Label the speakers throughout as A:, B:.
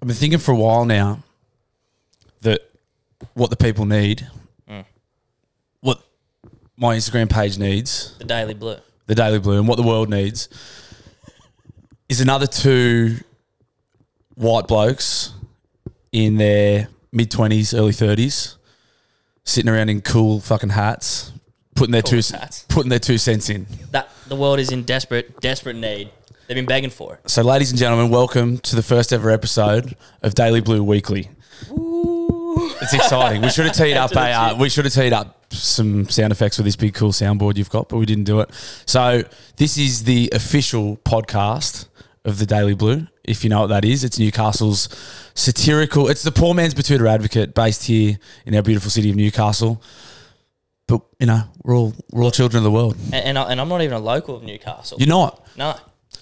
A: I've been thinking for a while now that what the people need, what my Instagram page needs,
B: The Daily Blue.
A: the Daily Blue, and what the world needs is another two white blokes in their mid 20s, early 30s, sitting around in cool fucking hats, putting their, two,
B: hats.
A: putting their two cents in.
B: That the world is in desperate, desperate need. They've been begging for it.
A: So, ladies and gentlemen, welcome to the first ever episode of Daily Blue Weekly. It's exciting. We should have teed up a, uh, we should have teed up some sound effects with this big cool soundboard you've got, but we didn't do it. So this is the official podcast of the Daily Blue. If you know what that is, it's Newcastle's satirical. It's the poor man's Batuta advocate, based here in our beautiful city of Newcastle. But you know, we're all we're all children of the world.
B: And and, I, and I'm not even a local of Newcastle.
A: You're not.
B: no.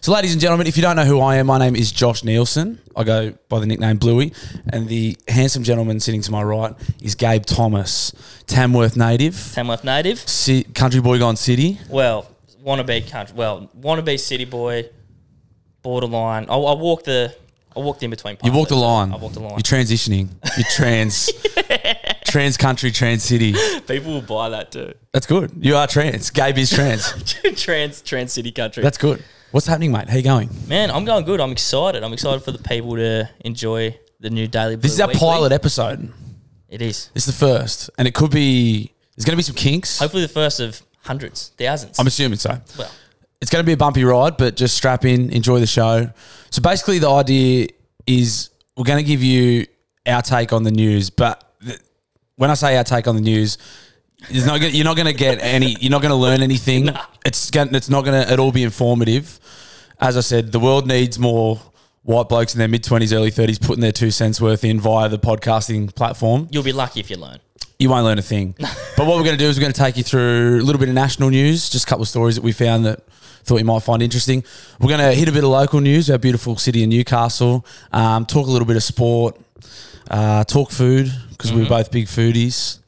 A: So, ladies and gentlemen, if you don't know who I am, my name is Josh Nielsen. I go by the nickname Bluey, and the handsome gentleman sitting to my right is Gabe Thomas, Tamworth native,
B: Tamworth native.
A: ci- country boy gone city.
B: Well, wannabe country. Well, wannabe city boy, borderline. I, I walked the. I walked in between.
A: You walk the line.
B: I walked the line.
A: You're transitioning. You're trans, trans country, trans city.
B: People will buy that too.
A: That's good. You are trans. Gabe is trans.
B: trans, trans city country.
A: That's good. What's happening, mate? How you going?
B: Man, I'm going good. I'm excited. I'm excited for the people to enjoy the new daily.
A: This is
B: Blue
A: our
B: Weekly.
A: pilot episode.
B: It is.
A: It's the first, and it could be. There's going to be some kinks.
B: Hopefully, the first of hundreds, thousands.
A: I'm assuming so.
B: well,
A: it's going to be a bumpy ride, but just strap in, enjoy the show. So basically, the idea is we're going to give you our take on the news, but th- when I say our take on the news, it's not gonna, you're not going to get any, you're not going to learn anything. It's going, it's not going to at all be informative. As I said, the world needs more white blokes in their mid twenties, early thirties, putting their two cents worth in via the podcasting platform
B: you'll be lucky if you learn.
A: you won't learn a thing. but what we're going to do is we're going to take you through a little bit of national news, just a couple of stories that we found that thought you might find interesting. We're going to hit a bit of local news, our beautiful city of Newcastle, um, talk a little bit of sport, uh, talk food, because we're both big foodies.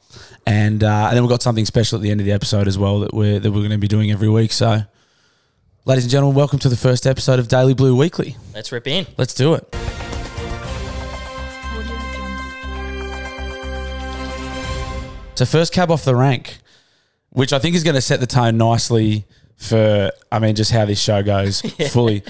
A: And, uh, and then we've got something special at the end of the episode as well that we're, that we're going to be doing every week. So, ladies and gentlemen, welcome to the first episode of Daily Blue Weekly.
B: Let's rip in.
A: Let's do it.
C: Audio Jungle.
A: So first cab off the rank, which I think is going to set the tone nicely for, I mean, just how this show goes fully.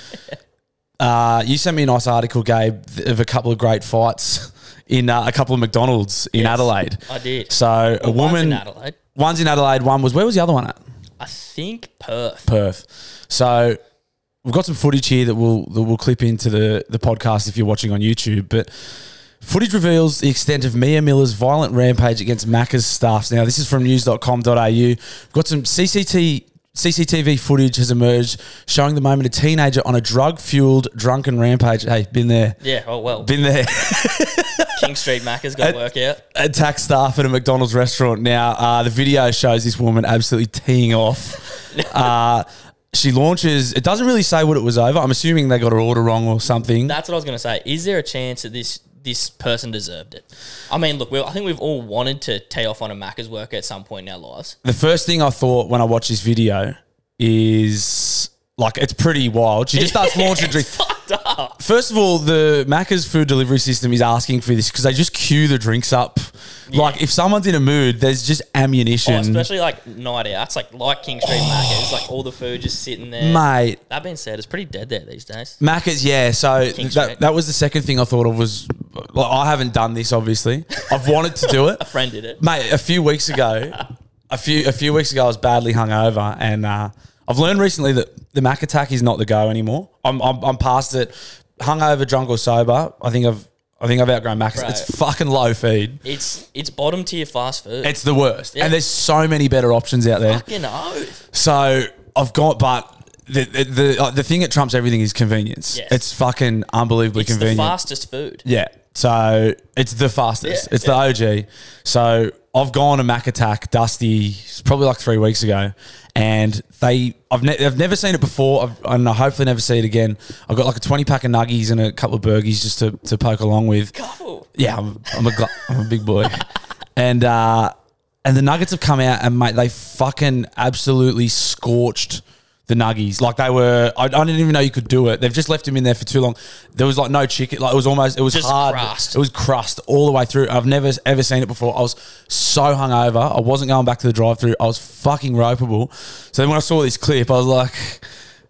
A: Uh, you sent me a nice article, Gabe, th- of a couple of great fights in uh, a couple of McDonald's in Adelaide.
B: I did.
A: So a
B: Well, one's
A: woman,
B: in Adelaide.
A: one's in Adelaide, one was where was the other one at?
B: I think Perth.
A: Perth. So we've got some footage here that we'll that we'll clip into the the podcast if you're watching on YouTube, but. Footage reveals the extent of Mia Miller's violent rampage against Macca's staffs. Now, this is from news.com.au. We've got some CCT, CCTV footage has emerged showing the moment a teenager on a drug fueled drunken rampage. Hey, been there,
B: Yeah. Oh well.
A: been there.
B: King Street Macca's got to work out.
A: Attack staff at a McDonald's restaurant. Now, uh, the video shows this woman absolutely teeing off. Uh, she launches, it doesn't really say what it was over. I'm assuming they got her order wrong or something.
B: That's what I was going to say. Is there a chance that this this person deserved it? I mean, look, we I think we've all wanted to tee off on a Macca's work at some point in our lives.
A: the first thing I thought when I watched this video is like, it's pretty wild. She just starts launching drinks.
B: Fucked up.
A: First of all, the Macca's food delivery system is asking for this because they just queue the drinks up. Like, if someone's in a mood, there's just ammunition.
B: Oh, especially like night outs, like like King Street
A: Oh.
B: Macca's, like all the food just sitting there.
A: Mate,
B: That being said, it's pretty dead there these days.
A: Macca's, yeah. So
B: King
A: that,
B: Street.
A: that was the second thing I thought of was well, I haven't done this. Obviously, I've wanted to do it,
B: Friend did it.
A: mate. A few weeks ago, a few a few weeks ago, I was badly hungover, and uh, I've learned recently that the Mac attack is not the go anymore. I'm I'm, I'm past it. Hungover, drunk or sober, I think I've I think I've outgrown Macca's.
B: Right.
A: It's fucking low feed.
B: It's it's bottom tier fast food.
A: It's the worst,
B: Yeah.
A: and there's so many better options out there.
B: fucking oath.
A: So I've got, but. The, the, the, uh, the thing that trumps everything is convenience.
B: Yes.
A: It's fucking unbelievably
B: It's
A: convenient.
B: the fastest food.
A: Yeah. So it's the fastest.
B: Yeah,
A: it's the OG. So I've gone to Mac Attack Dusty it's probably like three weeks ago, and they I've ne- I've never seen it before. I've, and I hopefully never see it again. I've got like a twenty pack of nuggies and a couple of burgies just to, to poke along with.
B: Couple.
A: Yeah, I'm, I'm a gl- I'm a big boy, and uh, and the nuggets have come out and mate, they fucking absolutely scorched the nuggies. Like they were, I, I didn't even know you could do it. They've just left him in there for too long. There was like no chicken. Like it was almost, it was
B: Just
A: hard.
B: crust.
A: It was crust all the way through. I've never ever seen it before. I was so hungover. I wasn't going back to the drive-through. I was fucking ropeable. So then when I saw this clip, I was like,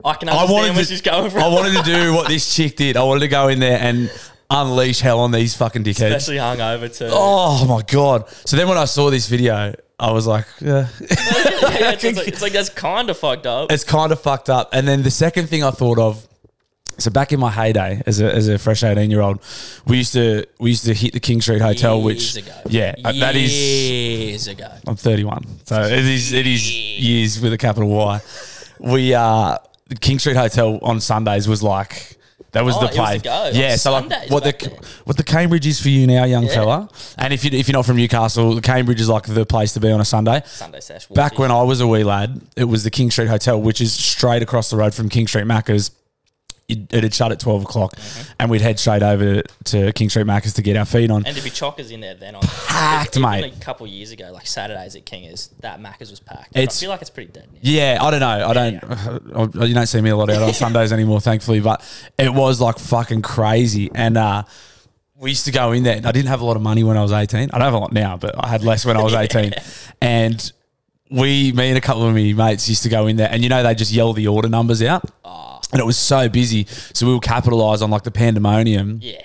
B: I can
A: I
B: understand
A: wanted to,
B: where she's going from.
A: I wanted to do what this chick did. I wanted to go in there and unleash hell on these fucking dickheads.
B: Especially hungover too.
A: Oh my god! So then when I saw this video, I was like, yeah.
B: Yeah, it's, like, it's like that's kind of fucked up.
A: it's kind of fucked up. And then the second thing I thought of, so back in my heyday as a, as a fresh eighteen year old, we used to we used to hit the King Street Hotel, which
B: Years ago.
A: yeah, uh, that is
B: years ago.
A: I'm 31, so it is it is years with a capital Y. We uh, the King Street Hotel on Sundays was like. That was
B: Oh,
A: the
B: it was
A: place.
B: the go.
A: yeah,
B: On
A: so like
B: Sundays
A: what the
B: back then.
A: what the Cambridge is for you now, young fella. And if you if you're not from Newcastle, the Cambridge is like the place to be on a Sunday.
B: Sunday sesh.
A: Back when I was a wee lad, it was the King Street Hotel, which is straight across the road from King Street Macca's. It it had shut at 12 o'clock,
B: Mm-hmm.
A: and we'd head straight over to King Street Macca's to get our feet on.
B: and to be chockers in there then on
A: Packed,
B: even
A: mate.
B: a couple years ago, like Saturdays at Kingers, that Macca's was packed.
A: It's-
B: I feel like it's pretty dead. Now.
A: Yeah, I don't know. I don't. You don't see me a lot out on Sundays anymore, thankfully. But it was like fucking crazy, and uh, we used to go in there. and I didn't have a lot of money when I was eighteen. I don't have a lot now, but I had less when I was eighteen, and. We, me and a couple of me mates used to go in there and you know, they just yell the order numbers out and it was so busy. So we would capitalize on like the pandemonium
B: Yeah.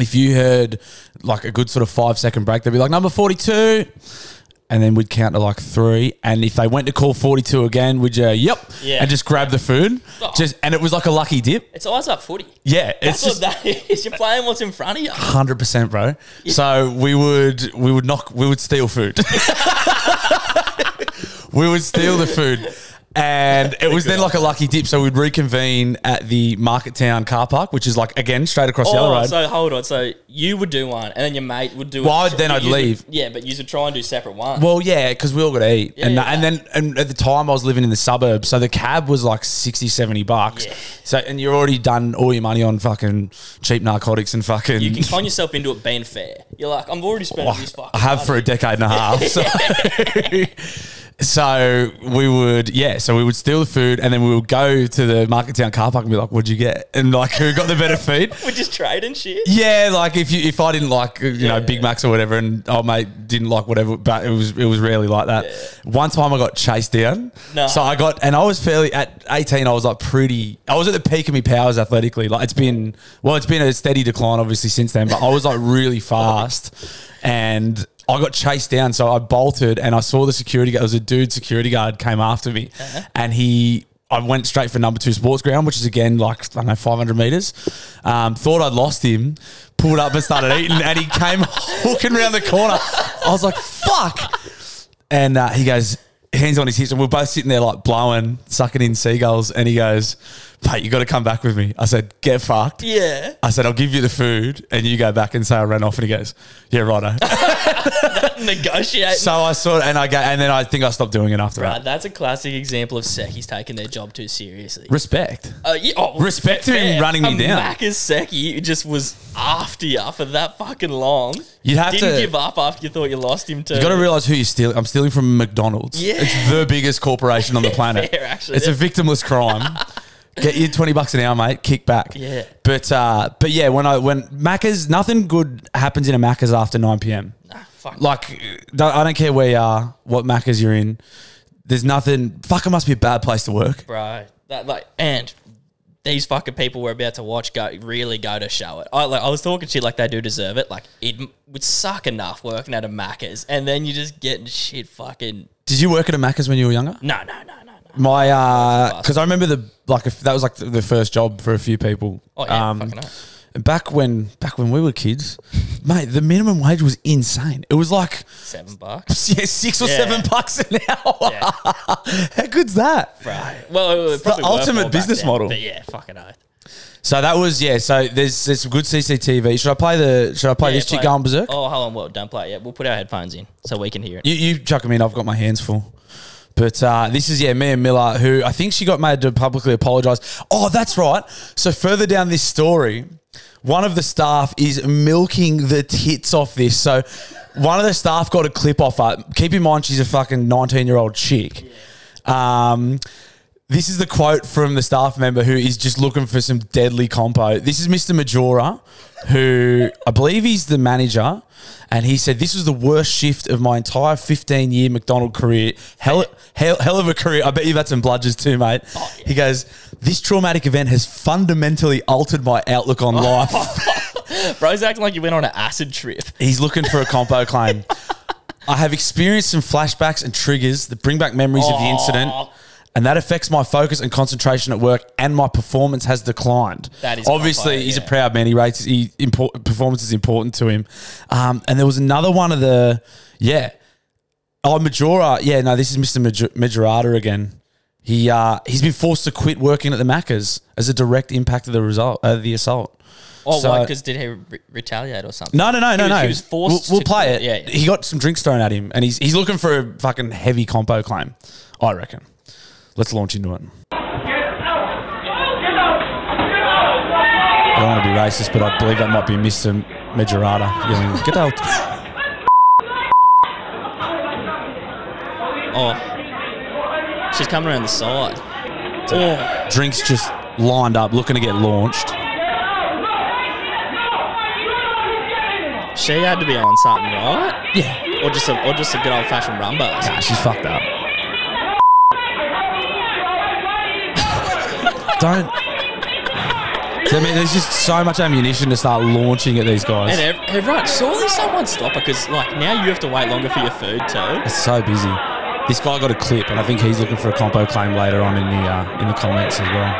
A: if you heard like a good sort of five second break, they'd be like number forty two, and then we'd count to like three. And if they went to call forty two again, we'd go yep,
B: Yeah.
A: and just grab the food.
B: Oh.
A: Just and it was like a lucky dip.
B: It's eyes up footy.
A: Yeah,
B: That's
A: it's just
B: what that is. You're playing what's in front of you.
A: hundred percent, bro. So we would we would knock we would steal food. we would steal the food. And it was then like a lucky dip, so we'd reconvene at the Market Town car park, which is like again straight across the other
B: Oh,
A: road.
B: so hold on. So you would do one, and then your mate would do.
A: Well,
B: a-
A: I'd- then I'd
B: you would-
A: leave.
B: yeah, but you should try and do separate ones.
A: Well, yeah, because we all got to eat. and,
B: yeah,
A: and then and at the time I was living in the suburbs, so the cab was like 60, 70 bucks.
B: Yeah.
A: So and you're already done all your money on fucking cheap narcotics and fucking
B: you can con yourself into it being fair. You're like, I'm already spending this fucking.
A: I have for a
B: money.
A: decade and a half. So, so we would, yeah, so we would steal the food and then we would go to the Market Town car park and be like, what'd you get? And like, who got the better food?
B: We're just trading shit.
A: Yeah, like if you if I didn't like you know
B: Yeah.
A: Big Macs or whatever, and oh mate didn't like whatever, but it was it was rarely like that. One time I got chased down,
B: No.
A: so I got and I was fairly at eighteen. I was like pretty. I was at the peak of my powers athletically. Like it's been well, it's been a steady decline obviously since then, but I was like really fast, and I got chased down. So I bolted and I saw the security guard. There was a dude security guard came after me, and he I went straight for number two sports ground, which is again like I don't know, 500 meters. Um, thought I'd lost him, pulled up and started eating, and he came walking around the corner. I was like, "Fuck!" And uh, he goes, hands on his hips, and we're both sitting there like blowing, sucking in seagulls. And he goes, "Mate, you got to come back with me." I said, "Get fucked."
B: Yeah.
A: I said, "I'll give you the food, and you go back and say I ran off." And he goes, "Yeah, righto."
B: Negotiate.
A: so I saw it, and I go, and then I think I stopped doing it after
B: Uh,
A: that.
B: that's a classic example of Seki's taking their job too seriously.
A: Respect.
B: Uh, yeah, oh,
A: Respect to him
B: fair.
A: running me
B: A
A: down.
B: Macca's Seki just was after you for that fucking long.
A: You'd have
B: Didn't
A: to-
B: give up after you thought you lost him too.
A: You got to realize who you're stealing. I'm stealing from McDonald's.
B: Yeah.
A: It's the biggest corporation on the planet.
B: Fair, actually.
A: It's a victimless crime. Get you 20 bucks an hour, mate. Kick back.
B: Yeah.
A: But uh, but yeah, when I when Macca's nothing good happens in a Macca's after 9 p.m.
B: Nah, fuck.
A: Like don't- I don't care where you are, what Macca's you're in. There's nothing. Fuck, it must be a bad place to work.
B: bro. That like and these fucking people we're about to watch go really go to show it. I like I was talking shit like they do deserve it. Like it m- would suck enough working at a Macca's and then you just getting shit fucking
A: Did you work at a Macca's when you were younger?
B: no no no no no.
A: My uh, because I remember the like if that was like the- the first job for a few people. Um,
B: Oh yeah, fucking no.
A: And back when back when we were kids, mate, the minimum wage was insane. It was like
B: seven bucks.
A: yeah, six or
B: Yeah.
A: seven bucks an hour.
B: Yeah.
A: How good's that?
B: Right. Well, it's
A: the ultimate business model.
B: But yeah, fucking oath.
A: So that was yeah. So there's there's some good CCTV. Should I play the Should I play
B: Yeah,
A: this chick
B: play-
A: going berserk?
B: Oh, hold on. Well, don't play it yet. We'll put our headphones in so we can hear it.
A: You, you chuck them in. I've got my hands full. But uh, this is yeah, Mia Miller, who I think she got made to publicly apologise. Oh, that's right. So further down this story, one of the staff is milking the tits off this. So one of the staff got a clip off her. Keep in mind, she's a fucking nineteen-year-old chick. Um, This is the quote from the staff member who is just looking for some deadly compo. This is Mr. Majora, who I believe he's the manager, and he said this was the worst shift of my entire 15 year McDonald career. Hell, hell, hell of a career. I bet you that's in bludgers too, mate. He goes, this traumatic event has fundamentally altered my outlook on life.
B: Bro's acting like you went on an acid trip.
A: He's looking for a compo claim. I have experienced some flashbacks and triggers that bring back memories of the incident,
B: Aw.
A: and that affects my focus and concentration at work, and my performance has declined.
B: That is
A: obviously
B: compo,
A: he's a
B: yeah.
A: proud man. He rates he import, performance is important to him. Um, and there was another one of the yeah, oh Majora. Yeah, no, this is Mister Major- Majorata again. He uh, he's been forced to quit working at the Macca's as a direct impact of the result uh, the assault.
B: Oh,
A: So-
B: why? Because did he re- retaliate or something?
A: no, no, no,
B: He
A: no,
B: was-
A: no.
B: he was forced
A: We'll, we'll
B: to
A: play
B: quit.
A: it.
B: Yeah, yeah.
A: He got some drinks thrown at him, and he's he's looking for a fucking heavy compo claim. I reckon. Let's launch into it. I don't want to be racist, but I believe that might be Mr. Majorata yelling, "Get out!"
B: Oh, she's coming around the side.
A: Drinks just lined up, looking to get launched.
B: She had to be on something, right?
A: Yeah,
B: Or just a or just a good old fashioned rumba. or something.
A: nah, she's fucked up. don't. I mean, there's just so much ammunition to start launching at these guys.
B: And ev- everyone, surely someone stop her because like now you have to wait longer for your food too.
A: It's so busy. This guy got a clip, and I think he's looking for a compo claim later on in the uh, in the comments as well.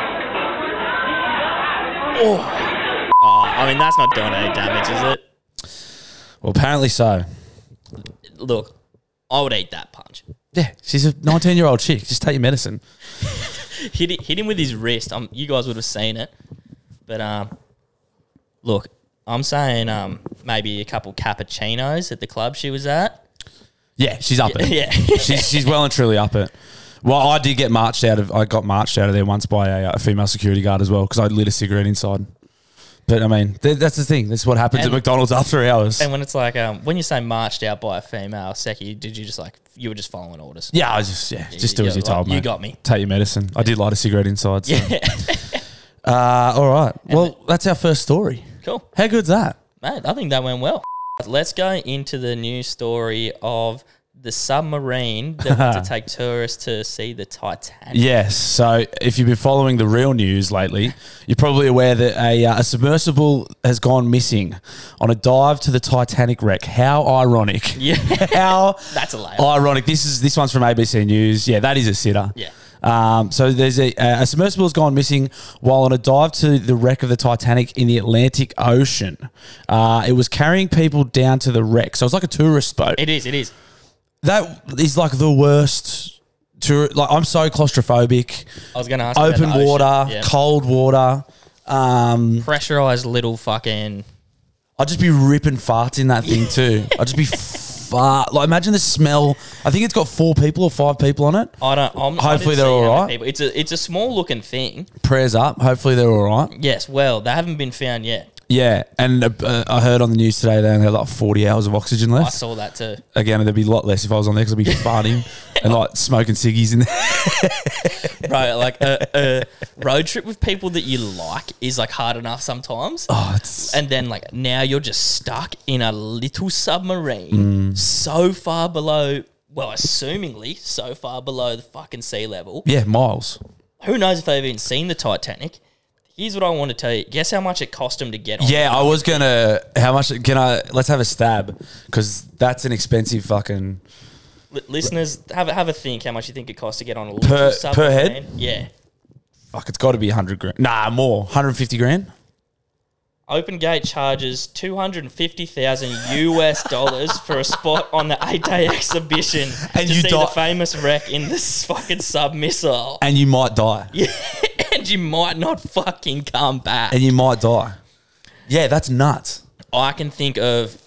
B: Oh, I mean that's not doing any damage, is
A: Well, apparently so.
B: it? Look, I would eat that punch.
A: Yeah, she's a 19 year old chick. Just take your medicine.
B: Hit it, hit him with his wrist. Um, you guys would have seen it, but um, look, I'm saying um maybe a couple cappuccinos at the club she was at.
A: Yeah, she's up it.
B: Yeah.
A: she's she's well and truly up it. Well, I did get marched out of. I got marched out of there once by a, uh, a female security guard as well because I lit a cigarette inside. But I mean, th- that's the thing. That's what happens
B: And-
A: at McDonald's after hours.
B: And when it's like, um, when you say marched out by a female, Seki, did you just like, you were just following orders?
A: yeah, I just yeah, just do
B: you-
A: as you're told,
B: you
A: mate.
B: got me.
A: Take your medicine. I did light a cigarette inside. So. Uh, all right. Well, that's our first story.
B: Cool.
A: How good's that?
B: Mate, I think that went well. Let's go into the news story of the submarine that went to take tourists to see the Titanic.
A: Yes. So if you've been following the real news lately, you're probably aware that a, uh, a submersible has gone missing on a dive to the Titanic wreck. How ironic.
B: Yeah.
A: How
B: That's a laugh.
A: ironic. This is this one's from ABC News. Yeah, that is a sitter.
B: Yeah.
A: Um, so there's a, a submersible has gone missing while on a dive to the wreck of the Titanic in the Atlantic Ocean. Uh, it was carrying people down to the wreck, so it's like a tourist boat
B: It is, it is.
A: that is like the worst tour like i'm so claustrophobic
B: I was going to ask about
A: open
B: the ocean.
A: water
B: Yeah.
A: cold water um
B: Pressurized little fucking.
A: i'd just be ripping farts in that thing too i'd just be fart like imagine the smell i think it's got four people or five people on it
B: I don't. I'm,
A: Hopefully they're all right.
B: People. It's a it's a small looking thing.
A: prayers up hopefully they're all right
B: Yes. Well, they haven't been found yet.
A: yeah and uh, i heard on the news today they only had like 40 hours of oxygen
B: I
A: left
B: saw that too.
A: again there'd be a lot less if i was on there because i'd be farting and like smoking ciggies in there
B: Bro, like a, a road trip with people that you like is like hard enough sometimes.
A: oh, it's,
B: And then like now you're just stuck in a little submarine so far below well, assumingly so far below the fucking sea level.
A: yeah miles
B: Who knows if they've even seen the Titanic? Here's what I want to tell you. Guess how much it cost them to get on?
A: Yeah, I was gonna. How much can I? Let's have a stab because that's an expensive fucking.
B: L- listeners, have a, have a think how much you think it costs to get on a little
A: Per- per
B: submarine.
A: head?
B: Yeah.
A: Fuck, it's got to be hundred grand. Nah, more, hundred fifty grand.
B: Open Gate charges 250,000 US dollars for a spot on the eight day exhibition
A: And
B: to
A: you
B: see
A: die-
B: the famous wreck in this fucking sub missile.
A: And you might die.
B: and you might not fucking come back.
A: And you might die. Yeah, that's nuts.
B: I can think of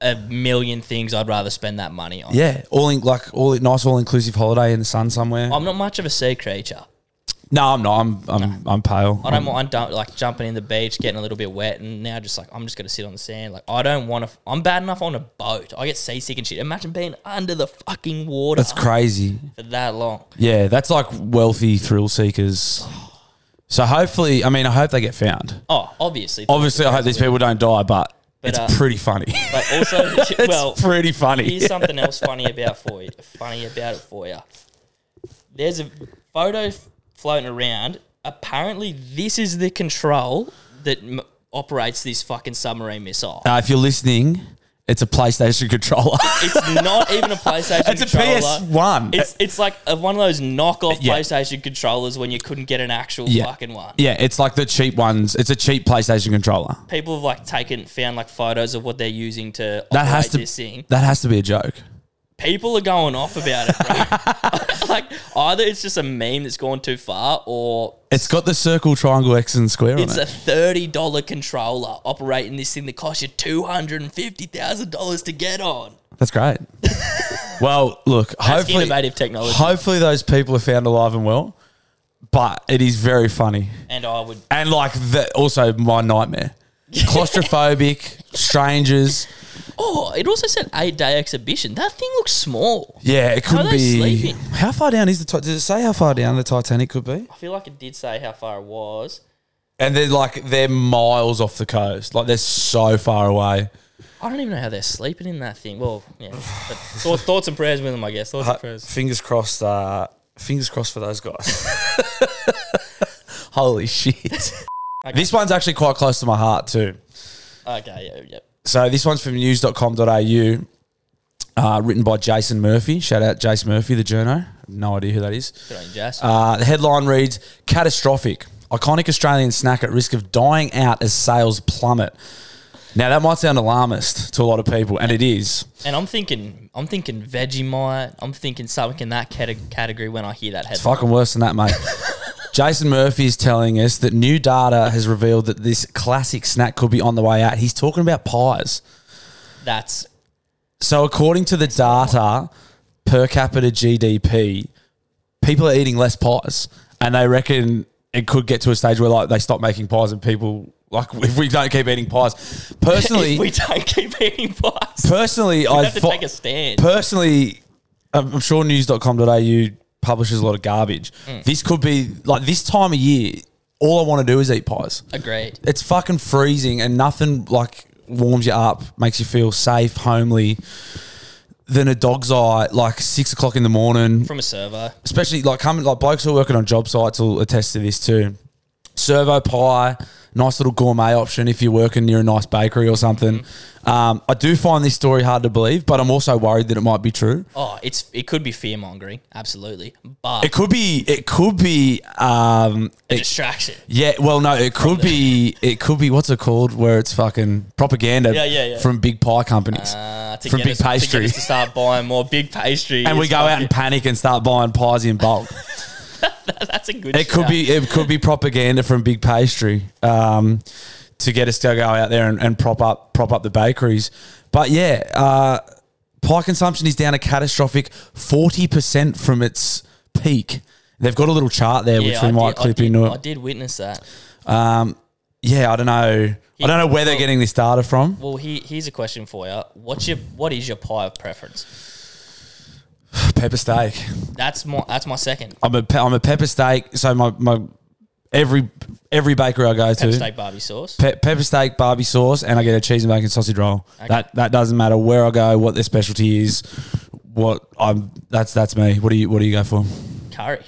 B: a million things I'd rather spend that money on.
A: Yeah, all in like all nice, all inclusive holiday in the sun somewhere.
B: I'm not much of a sea creature.
A: No, I'm not. I'm I'm I'm pale.
B: I don't mind dump, like jumping in the beach, getting a little bit wet, and now just like I'm just gonna sit on the sand. Like I don't want to. I'm bad enough on a boat. I get seasick and shit. Imagine being under the fucking water
A: That's crazy.
B: for that long.
A: Yeah, that's like wealthy thrill seekers. So hopefully, I mean, I hope they get found.
B: Oh, obviously.
A: Obviously, I hope these people don't die, but, it's
B: uh,
A: pretty funny.
B: But also,
A: it's
B: well,
A: pretty funny.
B: here's something else funny about for you. Funny about it for you. There's a photo f- floating around. Apparently, this is the control that m- operates this fucking submarine missile.
A: Uh, if you're listening, it's a PlayStation controller.
B: It's not even a PlayStation
A: It's a
B: controller.
A: PS1.
B: It's it's like a, one of those knockoff
A: Yeah.
B: PlayStation controllers when you couldn't get an actual
A: Yeah.
B: fucking one.
A: yeah, it's like the cheap ones. It's a cheap PlayStation controller.
B: People have like taken found like photos of what they're using to
A: That
B: operate
A: has to
B: this thing.
A: that has to be a joke.
B: People are going off about it, bro. like either it's just a meme that's gone too far, or
A: It's got the circle, triangle, X, and square
B: it's
A: on
B: a
A: it.
B: thirty dollar controller operating this thing that costs you two hundred and fifty thousand dollars to get on.
A: That's great. well, look,
B: That's
A: hopefully,
B: innovative technology,
A: hopefully those people are found alive and well. But it is very funny.
B: and I would
A: and like the, also my nightmare. Claustrophobic, strangers.
B: Oh, it also said eight day exhibition. That thing looks small.
A: Yeah, it could
B: are they
A: be.
B: sleeping?
A: How far down is the? Ti- Does it say how far down the Titanic could be?
B: I feel like it did say how far it was.
A: And they're like they're miles off the coast. Like they're so far away.
B: I don't even know how they're sleeping in that thing. Well, yeah. But thoughts, thoughts and prayers with them, I guess.
A: Uh,
B: Thoughts and prayers.
A: Fingers crossed. Uh, fingers crossed for those guys. Holy shit! This one's actually quite close to my heart too.
B: Okay, yeah, yeah.
A: So this one's from news.com.au, uh, written by Jason Murphy. Shout out Jason Murphy, the journo. No idea who that is.
B: Good on you, Jas.
A: Uh, the headline reads Catastrophic. Iconic Australian snack at risk of dying out as sales plummet. Now, that might sound alarmist to a lot of people, and it is.
B: and I'm thinking, I'm thinking Vegemite. I'm thinking something in that cate- category when I hear that
A: It's
B: headline.
A: fucking worse than that, mate. Jason Murphy is telling us that new data has revealed that this classic snack could be on the way out. He's talking about pies.
B: That's
A: So, according to the data, per capita GDP, people are eating less pies, and they reckon it could get to a stage where like they stop making pies, and people like if we don't keep eating pies.
B: if we
A: Personally,
B: don't keep eating pies.
A: personally,
B: We
A: I
B: have to
A: fo-
B: take a stand.
A: personally, I'm I'm sure news.com.au publishes a lot of garbage. This could be like this time of year. All I want to do is eat pies
B: Agreed.
A: it's fucking freezing and nothing like warms you up, makes you feel safe, homely than a dog's eye, like six o'clock in the morning.
B: From a server.
A: Especially like coming like blokes who are working on job sites will attest to this too. Servo pie, nice little gourmet option if you're working near a nice bakery or something. Um, I do find this story hard to believe, but I'm also worried that it might be true.
B: Oh, it's it could be fear mongering, absolutely, but
A: It could be. It could be. Um,
B: a
A: it,
B: distraction.
A: Yeah, well, no, it could be. It could be what's it called, where it's fucking propaganda
B: Yeah, yeah, yeah.
A: from big pie companies,
B: Uh, to
A: from
B: get
A: big
B: us, to,
A: pastry,
B: get us to start buying more big Oh, pastry,
A: and we
B: is
A: go out and
B: fucking-
A: panic and start buying pies in bulk.
B: that's a good.
A: it could
B: shout.
A: be. It could be propaganda from big pastry um, to get us to go out there and, and prop up prop up the bakeries. But yeah, uh, pie consumption is down a catastrophic forty percent from its peak. They've got a little chart there, which
B: Yeah,
A: we
B: I
A: might
B: did- I
A: clip
B: did-
A: into it.
B: I did witness that.
A: Um, yeah, I don't know. I don't know where
B: Oh.
A: they're getting this data from.
B: Well, he, here's a question for you. What's your what is your pie of preference?
A: Pepper steak.
B: That's my that's my second
A: I'm a pe- I'm a pepper steak. So my my every every bakery I go
B: Pepper
A: to.
B: steak barbie sauce.
A: Pe- pepper steak, barbie sauce, and I get a cheese and bacon sausage roll. That that doesn't matter where I go, what their specialty is, what I'm. That's that's me. What do you what do you go for?
B: curry.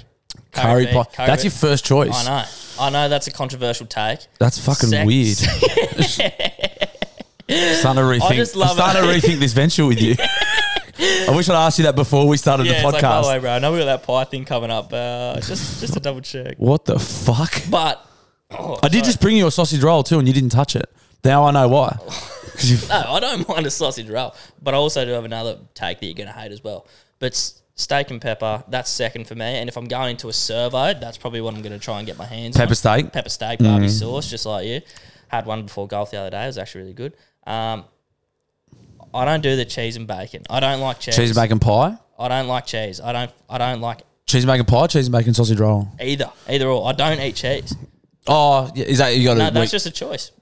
A: Curry,
B: beef,
A: pie.
B: curry
A: that's your
B: beef.
A: first choice.
B: I know. I know that's a controversial take.
A: That's fucking
B: Sec-
A: weird. starting to rethink.
B: just
A: I'm
B: love it.
A: starting to rethink this venture with you. I wish I'd asked you that before we started
B: Yeah,
A: the
B: it's like, "Oh, by
A: podcast.
B: the way, bro, I know we got that pie thing coming up. Uh, just just to double check.
A: What the fuck?
B: But oh,
A: I did
B: sorry.
A: just bring you a sausage roll too, and you didn't touch it. Now I know why. 'Cause you've-
B: No, I don't mind a sausage roll, but I also do have another take that you're going to hate as well. But s- steak and pepper, that's second for me. And if I'm going into a servo, that's probably what I'm going to try and get my hands
A: Pepper Mm.
B: on.
A: steak.
B: Pepper steak, barbie sauce, just like you. Had one before golf the other day. It was actually really good. Um, I don't do the cheese and bacon. I don't like cheese.
A: Cheese and bacon pie.
B: I don't like cheese. I don't. I don't like
A: Cheese making pie, cheese making sausage roll.
B: Either, either or. I don't eat cheese.
A: Oh, yeah, is that you got
B: No,
A: to?
B: that's just a choice.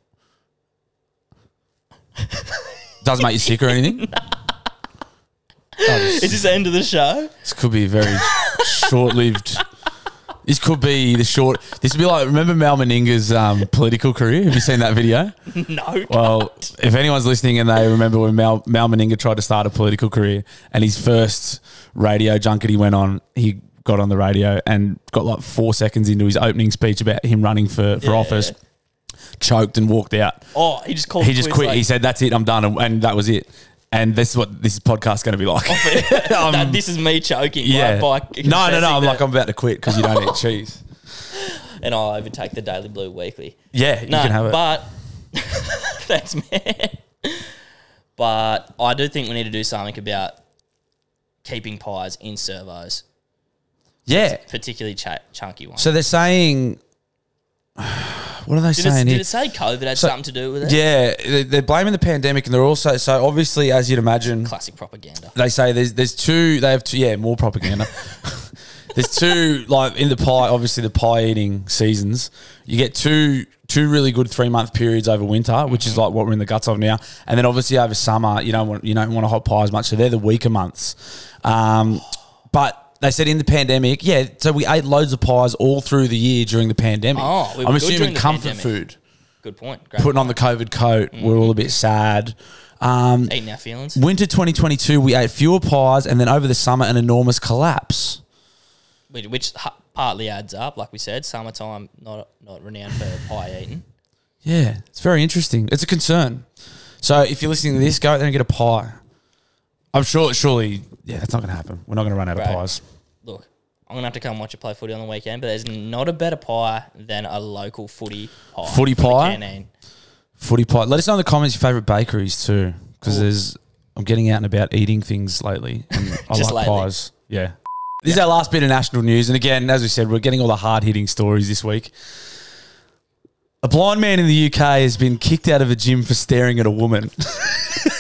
A: doesn't make you sick or anything. Oh,
B: Is this the end of the show?
A: This could be very short-lived. This could be the short. This would be like remember Mal Meninga's um, political career. Have you seen that video?
B: No.
A: Well, if anyone's listening and they remember when Mal, Mal Meninga tried to start a political career and his first radio junket he went on, he got on the radio and got like four seconds into his opening speech about him running for, for
B: Yeah.
A: office, choked and walked out.
B: Oh, he just called.
A: He
B: it
A: just
B: quits,
A: quit.
B: like-
A: he said, "That's it. I'm done," and, and that was it. And this is what this podcast's going to be like. Um,
B: that, this is me choking.
A: yeah.
B: Yeah. By,
A: no, no, no. I'm like
B: confessing that-
A: I'm about to quit because you don't eat cheese.
B: and I'll overtake the Daily Blue Weekly.
A: Yeah, you
B: No,
A: can have it.
B: but thanks, man. But I do think we need to do something about keeping pies in servos,
A: yeah.
B: particularly ch- chunky ones.
A: So they're saying, what are they
B: did,
A: saying
B: it,
A: here?
B: did it say COVID had something to do with it?
A: Yeah, they- they're blaming the pandemic, and they're also so obviously, as you'd imagine,
B: Classic propaganda.
A: they say there's there's two. They have two. Yeah, more propaganda. there's two like in the pie. Obviously, the pie eating seasons. You get two two really good three month periods over winter, which is like what we're in the guts of now. And then obviously over summer, you don't want you don't want a hot pie as much. So they're the weaker months. Um, but. They said in the pandemic, yeah. So we ate loads of pies all through the year during the pandemic.
B: Oh, we were
A: I'm
B: good during
A: assuming
B: the
A: comfort
B: pandemic.
A: food
B: Good point. Great.
A: putting on the COVID coat. We're all a bit sad. Um,
B: Eating our feelings.
A: winter 2022, we ate fewer pies, and then over the summer, an enormous collapse.
B: which, which ha- partly adds up. Like we said, summertime not not renowned for pie eating.
A: Yeah, it's very interesting. It's a concern. So if you're listening to this, go out there and get a pie. I'm sure, surely, yeah, that's not going to happen. We're not going to run out of
B: Right.
A: pies.
B: Look, I'm gonna have to come watch you play footy on the weekend, but there's not a better pie than a local footy pie.
A: Footy
B: from the
A: pie?
B: canteen.
A: Footy pie. Let us know in the comments your favorite bakeries too, because
B: Cool.
A: there's I'm getting out and about eating things lately, and I
B: Just
A: like
B: lately.
A: pies. Yeah. This is our last bit of national news, and again, as we said, we're getting all the hard hitting stories this week. A blind man in the UK has been kicked out of a gym for staring at a woman.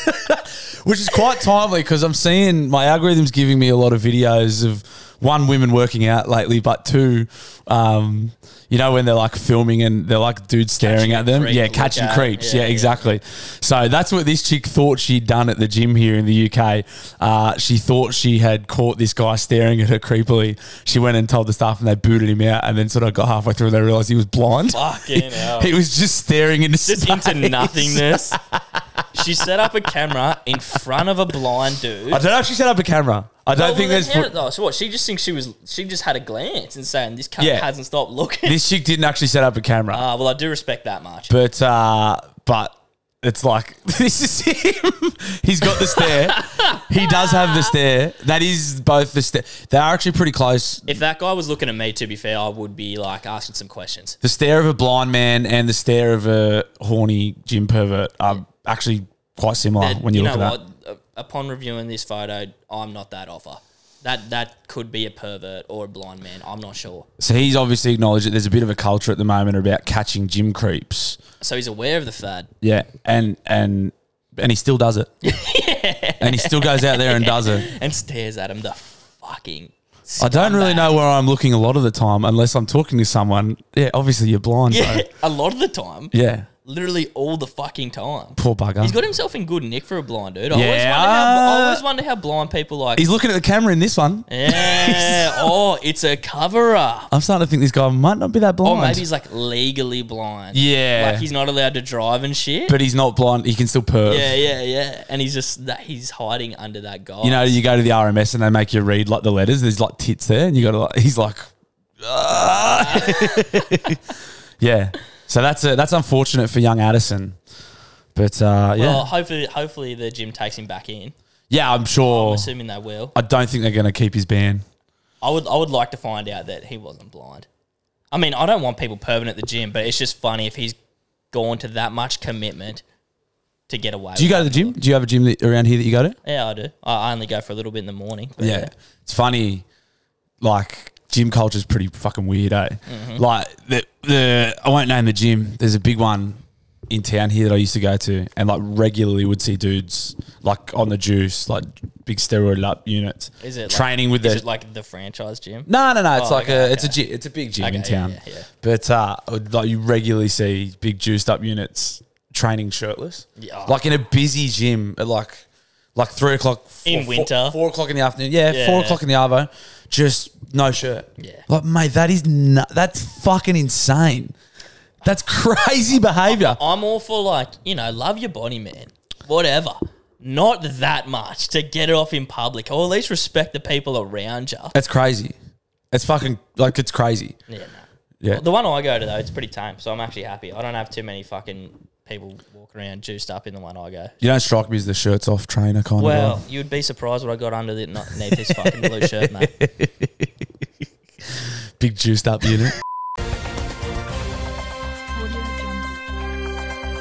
A: Which is quite timely because I'm seeing my algorithm's giving me a lot of videos of one women working out lately, but two, um, you know, when they're like filming and they're like dudes staring
B: Catching
A: at them.
B: a creep,
A: yeah,
B: look
A: catching
B: at,
A: creeps.
B: yeah,
A: Yeah,
B: yeah.
A: exactly. So that's what this chick thought she'd done at the gym here in the UK. Uh, she thought she had caught this guy staring at her creepily. She went and told the staff and they booted him out and then sort of got halfway through and they realised he was blind.
B: Fucking hell.
A: He was just staring into
B: Just into
A: space.
B: nothingness. she set up a camera in front of a blind dude.
A: I don't know if she set up a camera. I don't
B: Well,
A: think
B: well,
A: there's.
B: then how- though, Oh, so what? She just thinks she was. She just had a glance and saying this cunt
A: Yeah.
B: hasn't stopped looking.
A: this chick didn't actually set up a camera,
B: Ah, well, I do respect that much.
A: but uh, but it's like this is him. He's got the stare. he does have the stare. That is both the stare. They are actually pretty close.
B: if that guy was looking at me, to be fair, I would be like asking some questions.
A: The stare of a blind man and the stare of a horny gym pervert are actually quite similar
B: Uh,
A: when you, look at that.
B: what? Uh, Upon reviewing this photo, I'm not that offer. That that could be a pervert or a blind man. I'm not sure.
A: So he's obviously acknowledged that there's a bit of a culture at the moment about catching gym creeps.
B: So he's aware of the fad.
A: Yeah, and and and he still does it. And he still goes out there and does it.
B: and stares at him. The fucking.
A: I don't really
B: scumbag.
A: know where I'm looking a lot of the time unless I'm talking to someone. Yeah, obviously you're blind. Yeah.
B: Yeah, a lot of the time,
A: Yeah.
B: literally all the fucking time.
A: Poor bugger.
B: He's got himself in good nick for a blind dude. I, always,
A: Yeah.
B: wonder how, I always wonder how blind people like.
A: He's looking at the camera in this one.
B: yeah. oh, it's a cover up.
A: I'm starting to think this guy might not be that
B: Or
A: blind.
B: maybe he's like legally blind.
A: yeah.
B: Like he's not allowed to drive and shit.
A: but he's not blind. He can still perv.
B: yeah, yeah, yeah. And he's just that he's hiding under that guy.
A: You know, you go to the RMS and they make you read like the letters. There's like tits there, and you got to like. He's like, "Ah." yeah. So that's a, that's unfortunate for young Addison, but uh, yeah,
B: Well, hopefully, hopefully the gym takes him back in.
A: yeah. I'm sure.
B: Assuming they will.
A: I don't think they're going to keep his ban.
B: I would I would like to find out that he wasn't blind. I mean, I don't want people perving at the gym, but it's just funny if he's gone to that much commitment to get away.
A: Do you go to the gym? Do you have a gym that, around here that you go to?
B: Yeah, I do. I I only go for a little bit in the morning. but
A: Yeah. It's funny, like gym culture's
B: Mm-hmm.
A: pretty fucking weird, eh? Like the the I won't name the gym. There's a big one in town here that I used to go to, and like regularly would see dudes like on the juice, like big steroid up units.
B: Is it like-
A: training with
B: Is
A: their
B: it like the franchise gym?
A: no, no, no. It's
B: Oh,
A: like
B: okay,
A: a it's a
B: okay.
A: gy- it's a big gym
B: Okay,
A: in
B: yeah,
A: town.
B: yeah, yeah.
A: But uh, I would- like you regularly see big juiced up units training shirtless,
B: Yeah. oh.
A: like in a busy gym at like like three o'clock
B: In
A: four-
B: winter.
A: four o'clock in the afternoon. Yeah,
B: Yeah.
A: four o'clock in the arvo, just no shirt.
B: Yeah.
A: like mate, that is nu- that's fucking insane. That's crazy behavior.
B: I'm all for like, you know, love your body, man. Whatever. Not that much to get it off in public, or at least respect the people around you.
A: That's crazy. It's fucking like it's crazy.
B: Yeah, no.
A: Yeah.
B: The one I go to though, it's pretty tame, so I'm actually happy. I don't have too many fucking people walking around juiced up in the one I go.
A: You don't strike me as the shirts off trainer kind of.
B: Well,
A: guy.
B: you'd be surprised what I got under the not underneath this fucking blue shirt, mate.
A: big juiced up unit.
C: Audio Jungle.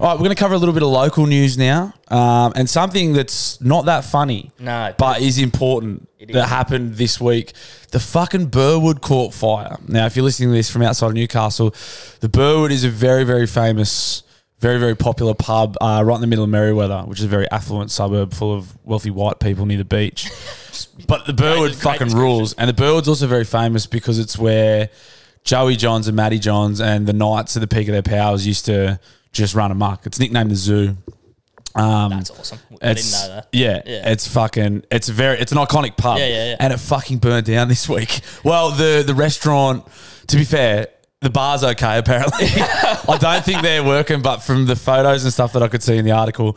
A: All right, we're going to cover a little bit of local news now, um, and something that's not that funny,
B: No,
A: but is important
B: It
A: that
B: is.
A: happened this week. The fucking Burwood caught fire. Now, if you're listening to this from outside of Newcastle, the Burwood is a very, very famous, very, very popular pub uh, right in the middle of Merriweather, which is a very affluent suburb full of wealthy white people near the beach. But the Burwood
B: great
A: fucking
B: description.
A: rules, and the Burwood's also very famous because it's where Joey Johns and Matty Johns and the Knights at the peak of their powers used to just run amok. It's nicknamed the Zoo. Um,
B: that's awesome. I didn't
A: it's-
B: know that.
A: Yeah,
B: Yeah.
A: it's fucking. It's very. It's an iconic pub.
B: Yeah, yeah, yeah.
A: And it fucking burned down this week. Well, the the restaurant. To be fair, the bar's okay. Apparently, I don't think they're working. But from the photos and stuff that I could see in the article,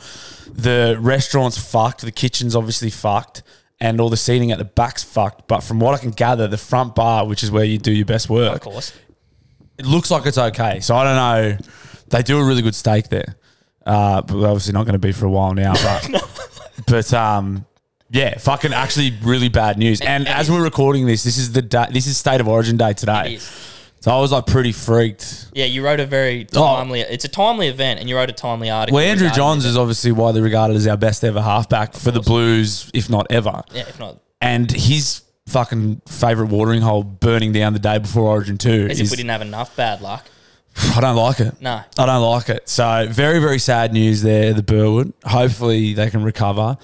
A: the restaurant's fucked. The kitchen's obviously fucked. And all the seating at the back's fucked, but from what I can gather, the front bar, which is where you do your best work,
B: Of course.
A: it looks like it's okay. So I don't know. They do a really good steak there, uh, but obviously not going to be for a while now. But but um, yeah, fucking actually really bad news. And
B: and
A: as
B: it-
A: we're recording this, this is the day, this is state of origin day
B: It
A: today.
B: is.
A: So I was like pretty freaked.
B: Yeah, you wrote a very timely. It's a timely event, and you wrote a timely article.
A: Oh. Well, Andrew
B: regarding
A: Johns
B: it.
A: is obviously widely regarded as our best ever halfback for the Blues, if not ever.
B: Yeah, if not,
A: And his fucking favorite watering hole burning down the day before Origin Two
B: as if
A: is
B: we didn't have enough bad luck.
A: I don't like it.
B: No.
A: I don't like it. So very, very sad news there, the Burwood. Hopefully they can recover.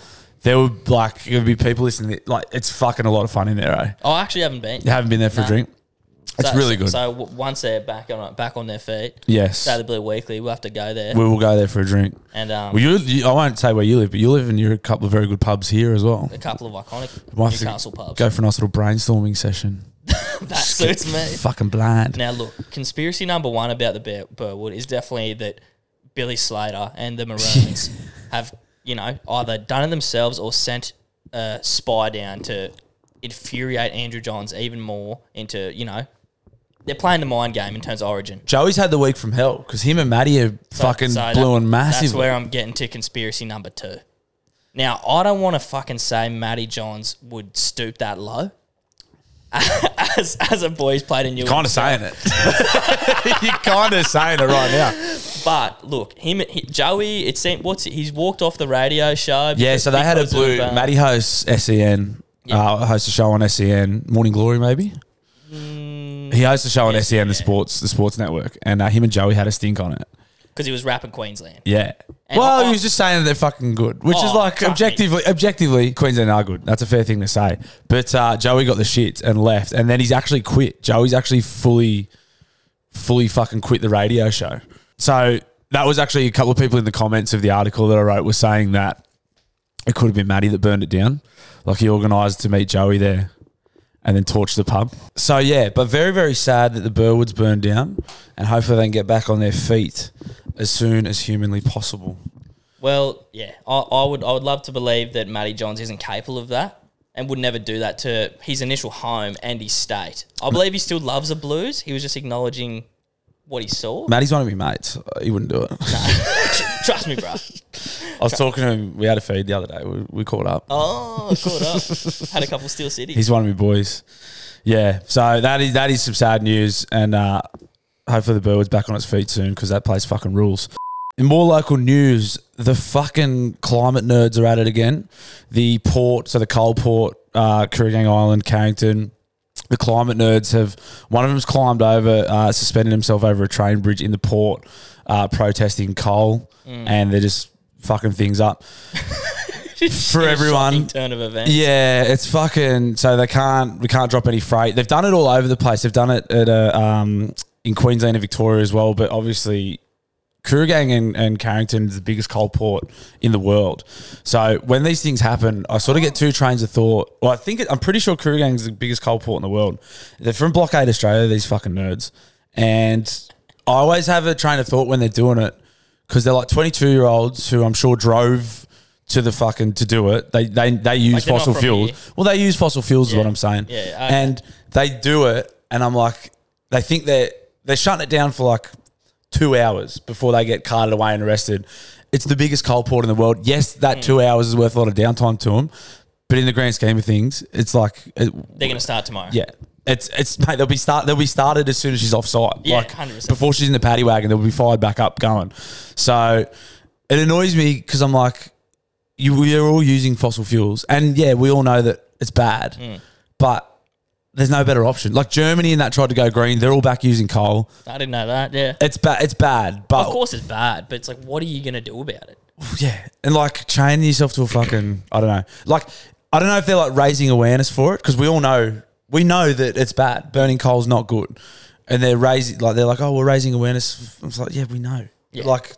A: There would like it would be people listening. Like it's fucking a lot of fun in there. Eh?
B: Oh, I actually haven't been.
A: You haven't been there for a
B: No.
A: drink. It's
B: So-
A: really
B: so-
A: good.
B: So w- once they're back on back on their feet,
A: yes,
B: Daily Blue Weekly, we'll have to go there.
A: we will go there for a drink.
B: and um,
A: Well, you, you, I won't say where you live, but you live in your couple of very good pubs here as well.
B: a couple of iconic
A: We'll have to
B: Newcastle pubs.
A: Go for a nice little brainstorming session.
B: that suits me.
A: Fucking bland.
B: Now look, conspiracy number one about the Bur- Burwood is definitely that Billy Slater and the Maroons have, you know, either done it themselves or sent a spy down to infuriate Andrew Johns even more into, you know, they're playing the mind game in terms of origin.
A: Joey's had the week from hell because him and Maddie are fucking
B: So that-
A: blowing
B: That's
A: massively.
B: where I'm getting to conspiracy number two. Now, I don't want to fucking say Matty Johns would stoop that low. as, as a boy who's played in Newcastle.
A: Kind of saying it. You're kind of saying it right now.
B: But look, him, he, Joey. It seemed what's it, he's walked off the radio show.
A: Yeah,
B: because-
A: so they had a
B: because of,
A: blue.
B: um,
A: Maddie hosts SEN. Uh, hosts a show on SEN, Morning Glory, maybe.
B: Mm,
A: he hosts a show on SEN, the sports, the sports network, and uh, him and Joey had a stink on it.
B: because he was rapping Queensland.
A: Yeah.
B: And
A: well,
B: I-
A: he was just saying that they're fucking good, which is
B: Oh,
A: like
B: fuck
A: objectively, objectively, Queensland are good. That's a fair thing to say. But uh, Joey got the shit and left, and then he's actually quit. Joey's actually fully, fully fucking quit the radio show. So that was actually a couple of people in the comments of the article that I wrote were saying that it could have been Maddie that burned it down. Like he organised to meet Joey there and then torch the pub. So yeah, but very very sad that the Burwoods burned down, and hopefully they can get back on their feet as soon as humanly possible.
B: Well, yeah, I, I would I would love to believe that Matty Johns isn't capable of that and would never do that to his initial home and his state. I believe he still loves the Blues. He was just acknowledging what he saw.
A: Maddie's one of my mates. He wouldn't do it.
B: Trust me, bro.
A: I was talking to him. We had a feed the other day. We, we caught up.
B: Oh, caught up. Had a couple Steel Cities.
A: He's one of my boys. Yeah. So that is that is some sad news, and uh, hopefully the Burwood's back on its feet soon because that place fucking rules. In more local news, the fucking climate nerds are at it again. The port, so the coal port, uh, Kooragang Island, Carrington, the climate nerds have one of them's climbed over, uh, suspended himself over a train bridge in the port, uh, protesting coal, and they're just fucking things up. For everyone,
B: turn of events.
A: yeah, it's fucking. So they can't we can't drop any freight. They've done it all over the place. They've done it at uh um, in Queensland and Victoria as well. But obviously, Kooragang and, and Carrington is the biggest coal port in the world. So when these things happen, I sort of get two trains of thought. Well, I think it, I'm pretty sure Kooragang is the biggest coal port in the world. They're from Blockade Australia. These fucking nerds, and I always have a train of thought when they're doing it because they're like 22 year olds who I'm sure drove. To the fucking to do it, they they they use
B: they're not
A: fossil
B: from
A: fuels.
B: here.
A: Well, they use fossil fuels is what I'm saying.
B: Yeah, yeah, I-
A: and they do it, and I'm like, they think they're they're shutting it down for like two hours before they get carted away and arrested. It's the biggest coal port in the world. Yes,
B: Hmm.
A: that two hours is worth a lot of downtime to them, but in the grand scheme of things, it's like, it,
B: They're going to start tomorrow.
A: yeah. It's it's mate, they'll be start they'll be started as soon as she's offside.
B: Yeah,
A: like
B: 100%.
A: before she's in the paddy wagon, they'll be fired back up going. So it annoys me because I'm like, you we are all using fossil fuels, and yeah, we all know that it's bad,
B: Mm.
A: but there's no better option. Like Germany and that tried to go green, they're all back using coal.
B: I didn't know that. Yeah.
A: It's bad. It's bad, but
B: Of course it's bad, but it's like, what are you going to do about it?
A: yeah, and like chaining yourself to a fucking I don't know. Like I don't know if they're like raising awareness for it because we all know we know that it's bad. Burning coal's not good, and they're raising like they're like oh we're raising awareness. It's like yeah we know.
B: Yeah.
A: Like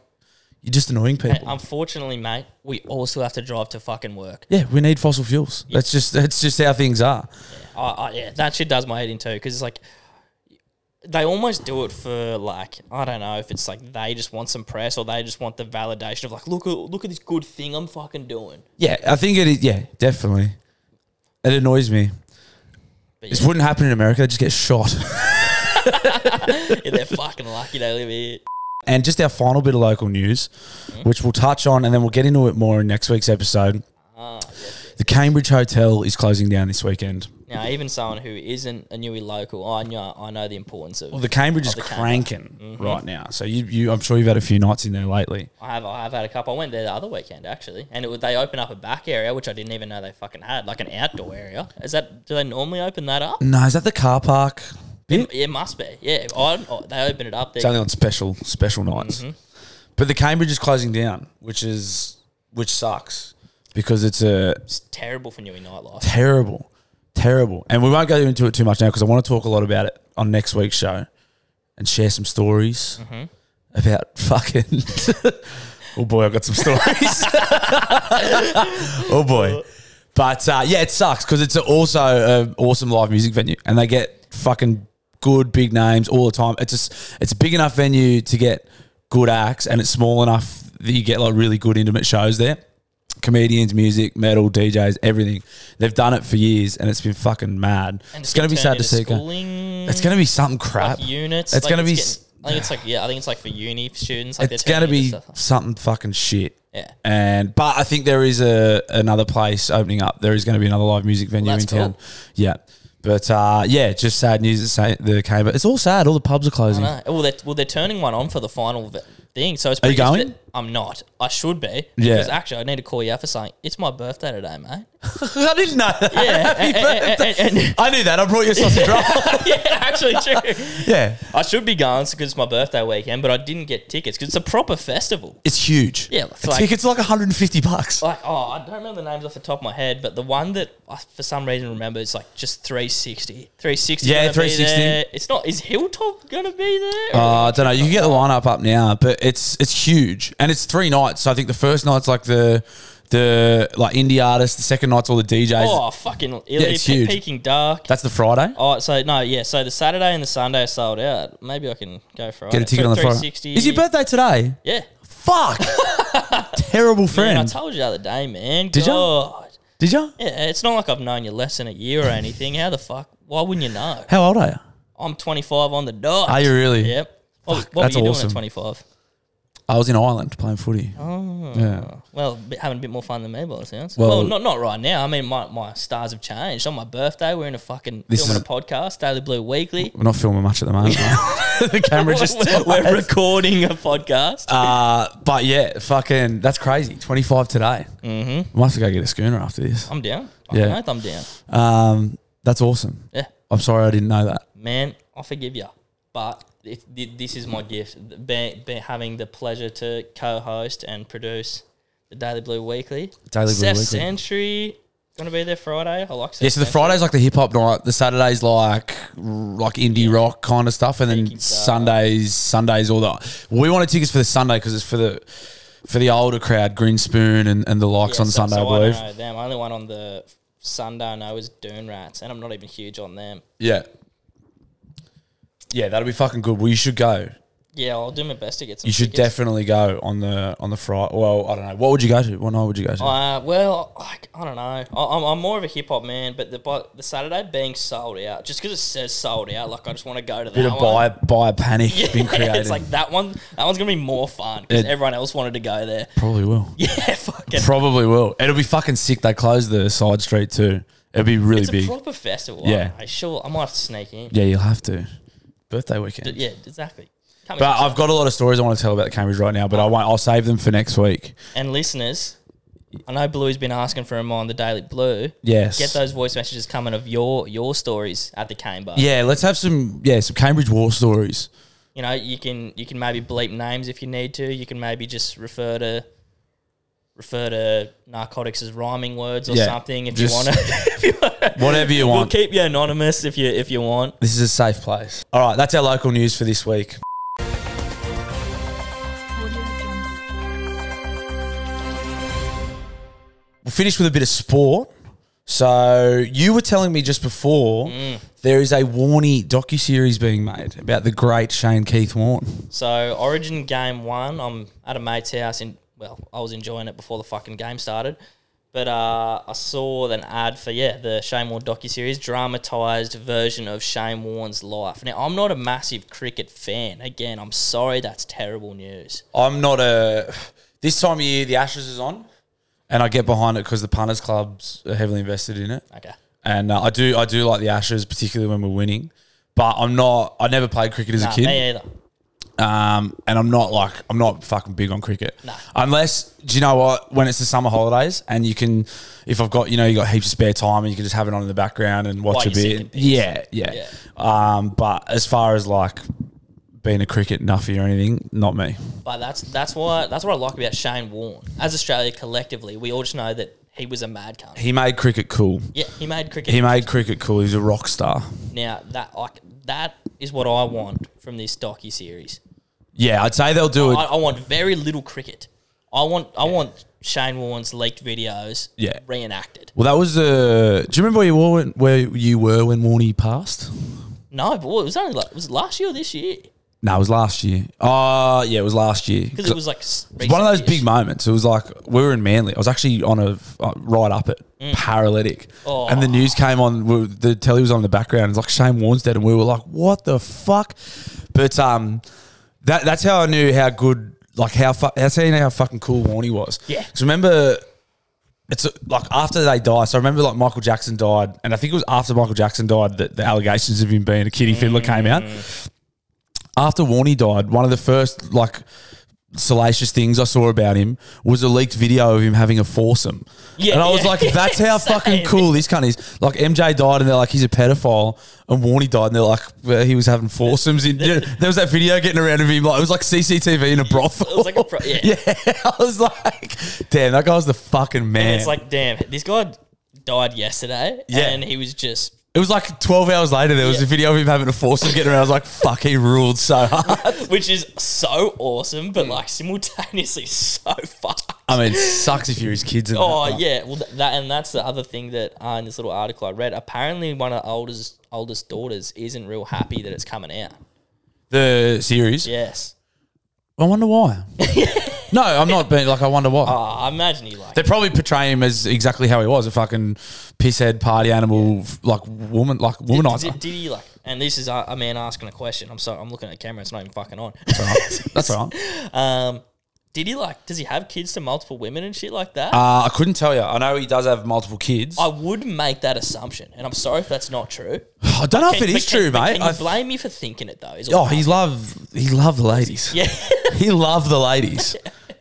A: you're just annoying
B: And
A: people.
B: unfortunately, mate, we also have to drive to fucking work.
A: yeah, we need fossil fuels. That's just that's just how things are.
B: I, I, yeah, that shit does my head in too because it's like they almost do it for like I don't know if it's like they just want some press or they just want the validation of like look at look at this good thing I'm fucking doing.
A: Yeah, I think it is. Yeah, definitely. It annoys me.
B: But
A: This
B: yeah,
A: wouldn't happen in America. They just get shot.
B: yeah, they're fucking lucky they live here.
A: And just our final bit of local news,
B: Hmm?
A: which we'll touch on and then we'll get into it more in next week's episode.
B: Ah,
A: The Cambridge Hotel is closing down this weekend.
B: Now, even someone who isn't a Newey local, I know I know the importance of.
A: Well, the Cambridge is
B: Oh, the Cambridge. Mm-hmm.
A: cranking right now. So you, you, I'm sure you've had a few nights in there lately.
B: I have I have had a couple. I went there the other weekend actually, and it, was- they open up a back area which I didn't even know they fucking had, like an outdoor area. Is that do they normally open that up?
A: No, is that the car park?
B: It, it must be. Yeah, I, I- they open it up. There.
A: It's only on special special nights.
B: Mm-hmm.
A: But the Cambridge is closing down, which is which sucks because it's a
B: It's terrible for Newey nightlife.
A: terrible, terrible. And we won't go into it too much now because I want to talk a lot about it on next week's show and share some stories about fucking. oh boy, I've got some stories. oh boy. But uh, yeah, it sucks because it's also an awesome live music venue and they get fucking good big names all the time. It's just, it's a big enough venue to get good acts and it's small enough that you get like really good intimate shows there comedians, music, metal, DJs, everything. They've done it for years, and it's been fucking mad. it's gonna be sad to see. it go. It's gonna be something crap.
B: units.
A: It's
B: like,
A: gonna be
B: getting- I think it's like yeah. I think it's like for uni students. Like
A: it's
B: they're
A: gonna
B: turning into
A: be
B: stuff like-
A: something fucking shit.
B: Yeah.
A: And but I think there is a another place opening up. There is going to be another live music venue in
B: that's
A: town.
B: cool.
A: Yeah. But uh, yeah, just sad news that say the came. But it's all sad. All the pubs are
B: I
A: closing.
B: know. Well, they're well they're turning one on for the final v- thing. So it's
A: Are you
B: pretty-
A: going?
B: I'm not. I should be.
A: Yeah.
B: Because actually, I need to call you out for something. It's my birthday today, mate.
A: I didn't know. That.
B: Yeah. and- and- and- and- and-
A: I knew that. I brought you a sausage roll.
B: yeah. Actually, true.
A: yeah.
B: I should be going because it's my birthday weekend, but I didn't get tickets because it's a proper festival.
A: It's huge.
B: Yeah, it's
A: It's
B: like-
A: tickets are like 150 bucks.
B: Like, oh, I don't remember the names off the top of my head, but the one that I, for some reason, remember is like just 360. 360.
A: Yeah,
B: gonna be
A: 360.
B: there. It's not. Is Hilltop going to be
A: Uh,
B: there? Or-
A: I don't know. You can get the lineup up now, but it's it's huge and it's three nights. So I think the first night's like the the like indie artists. The second night's all the DJs.
B: oh, fucking. Yeah,
A: it's huge.
B: Peking Dark.
A: That's the Friday.
B: Oh, so no, yeah. So the Saturday and the Sunday are sold out. Maybe I can go Friday.
A: Get a ticket on the Friday.
B: 360.
A: Is your birthday today?
B: Yeah.
A: Fuck. Terrible
B: Man, I
A: friend.
B: told you the other day, man.
A: Did ya?
B: God.
A: Did you?
B: Yeah, it's not like I've known you less than a year or anything. How the fuck? Why wouldn't you know?
A: How old are you?
B: I'm 25 on the dot.
A: Are you really?
B: Yep. What,
A: Fuck,
B: what
A: that's
B: were you
A: awesome.
B: doing at 25?
A: I was in Ireland playing footy. Oh. Yeah.
B: Well, a bit- having a bit more fun than me by the sounds.
A: Well-
B: Well, not not right now. I mean, my, my stars have changed. On my birthday, we're in a fucking
A: This
B: filming
A: is-
B: a podcast, Daily Blue Weekly.
A: We're not filming much at the moment. the camera just.
B: we're, we're recording a podcast.
A: Uh, but yeah, fucking, that's crazy. 25 today. Mm-hmm. Must have to go get a schooner after this.
B: I'm down.
A: yeah.
B: Yeah. I'm down.
A: Um, that's awesome.
B: Yeah.
A: I'm sorry I didn't know that.
B: man, I forgive you. But it, thi- this is my gift. Be, be having the pleasure to co-host and produce the Daily Blue Weekly.
A: Daily Blue
B: Seth
A: Weekly.
B: Sentry gonna be there Friday. I like Seth.
A: Yeah, so the
B: Sentry.
A: Friday's like the hip hop night. The Saturday's like r- like indie rock kind of stuff, and then
B: Thinking so.
A: Sundays, Sundays all that. We wanted tickets for the Sunday because it's for the for the older crowd, Greenspoon and, and the likes
B: Yeah,
A: on
B: so-
A: Sunday,
B: so
A: I believe.
B: don't know them. I only one on the Sunday I know is Dune Rats, and I'm not even huge on them.
A: yeah, yeah, that'll be fucking good. Well, you should go.
B: Yeah, I'll do my best to get some.
A: You should
B: tickets.
A: definitely go on the on the Friday. Well, I don't know. What would you go to? What night would you go to?
B: Uh, well, like, I don't know. I, I'm, I'm more of a hip hop man, but the but the Saturday being sold out, just because it says sold out, like I just want to go to that
A: Bit of
B: one.
A: buy buy panic
B: Yeah,
A: been created.
B: It's like that one. That one's gonna be more fun because
A: It-
B: everyone else wanted to go there.
A: Probably will.
B: Yeah, fucking.
A: Probably will. It'll be fucking sick. They closed the side street too. It'll be really
B: It's a
A: big.
B: proper festival.
A: Yeah.
B: I, I sure. I might have to sneak in.
A: Yeah, you'll have to. Birthday weekend.
B: D- Yeah, exactly. Come
A: But I've got a lot of stories I want to tell about the Cambridge right now, but I won't. I'll save them for next week.
B: and listeners, I know Blue's been asking for him on the Daily Blue.
A: Yes.
B: Get those voice messages coming of your your stories at the cane bar.
A: Yeah, let's have some. Yeah, some Cambridge war stories.
B: You know, you can you can maybe bleep names if you need to. You can maybe just refer to refer to narcotics as rhyming words or
A: Yeah.
B: something if
A: Just-
B: you want to. if you wanna.
A: Whatever you
B: We'll
A: want.
B: keep you anonymous if you if you want.
A: This is a safe place. All right, that's our local news for this week.
C: Audio Jungle.
A: We'll finish with a bit of sport. So you were telling me just before
B: Mm.
A: there is a Warney docu series being made about the great Shane Keith Warne.
B: So Origin game one, I'm at a mate's house in well, I was enjoying it before the fucking game started. But uh, I saw an ad for yeah, the Shane Warne docuseries, dramatized version of Shane Warne's life. Now I'm not a massive cricket fan. Again, I'm sorry that's terrible news.
A: I'm not a. This time of year, the Ashes is on, and I get behind it because the punters clubs are heavily invested in it.
B: Okay.
A: and uh, I do I do like the Ashes, particularly when we're winning. But I'm not. I never played cricket as a
B: Nah,
A: kid,
B: me either.
A: um, and I'm not like I'm not fucking big on cricket. Unless do you know what? When it's the summer holidays, and you can, if I've got you know you got heaps of spare time, and you can just have it on in the background and watch
B: While
A: a
B: you're singing
A: bit. Yeah, yeah. Um, but as far as like being a cricket nuffy or anything, not me.
B: But that's that's what that's what I like about Shane Warne. As Australia collectively, we all just know that he was a mad cunt.
A: He made cricket cool.
B: Yeah, he made cricket.
A: He made cricket cool. He's a rock star.
B: Now that like that is what I want from this docu series.
A: Yeah, I'd say they'll do
B: I,
A: it.
B: I want very little cricket. I want I want Shane Warne's leaked videos
A: Yeah.
B: reenacted.
A: Well, that was the. Do you remember where you were when, where you were when Warney passed?
B: No, but what- it was only like was it last year or this year
A: No, it was last year. Oh, yeah, it was last year.
B: because it was like s-
A: It's one of those
B: recent-ish.
A: big moments. It was like we were in Manly. I was actually on a uh, ride up it, paralytic,
B: Mm. Oh.
A: and the news came on. we- The telly was on in the background. It's like Shane Warne's dead, and we were like, "What the fuck?" But um, that that's how I knew how good, like how fu- that's how you know how fucking cool Warney was.
B: Yeah.
A: 'Cause remember. It's uh, like after they die. So I remember like Michael Jackson died, and I think it was after Michael Jackson died that the allegations of him being a kiddie fiddler came out
B: Mm.
A: after Warney died, one of the first like salacious things I saw about him was a leaked video of him having a foursome.
B: Yeah,
A: and I was
B: yeah.
A: like, that's how fucking
B: Same.
A: cool this cunt is. Like MJ died and they're like, he's a pedophile. And Warney died and they're like, well, he was having foursomes. In, you know, there was that video getting around of him. Like, it was like CCTV in a brothel.
B: It was like a pro- yeah.
A: I was like, damn, that guy was the fucking man.
B: It's like damn, this guy died yesterday.
A: Yeah.
B: and he was just
A: it was like 12 hours later, there was
B: Yeah.
A: a video of him having a foursome getting around. I was like, fuck, he ruled so hard.
B: which is so awesome, but like simultaneously so fucked.
A: I mean, sucks if you're his kids. And that,
B: Oh
A: but-
B: yeah, well th- that and that's the other thing that uh, in this little article I read. Apparently, one of the oldest oldest daughters isn't real happy that it's coming out.
A: The series.
B: Yes,
A: I wonder why. no, I'm not being like I wonder why.
B: uh, I imagine you like.
A: they probably portray him as exactly how he was, a fucking pisshead party animal, f- like woman, like
B: Did,
A: womanizer.
B: did, did he like? And this is a, a man asking a question. I'm sorry, I'm looking at the camera. It's not even fucking on.
A: That's all right.
B: um, did he like? Does he have kids to multiple women and shit like that?
A: Uh, I couldn't tell you. I know he does have multiple kids.
B: I
A: I,
B: would make that assumption, and I'm sorry if that's not true.
A: don't know if it
B: But
A: is
B: can-
A: true,
B: but
A: mate.
B: Can you
A: I-
B: blame me for thinking it though? is all
A: oh,
B: I'm
A: he loved he loved the ladies.
B: asking. yeah.
A: he loved the ladies.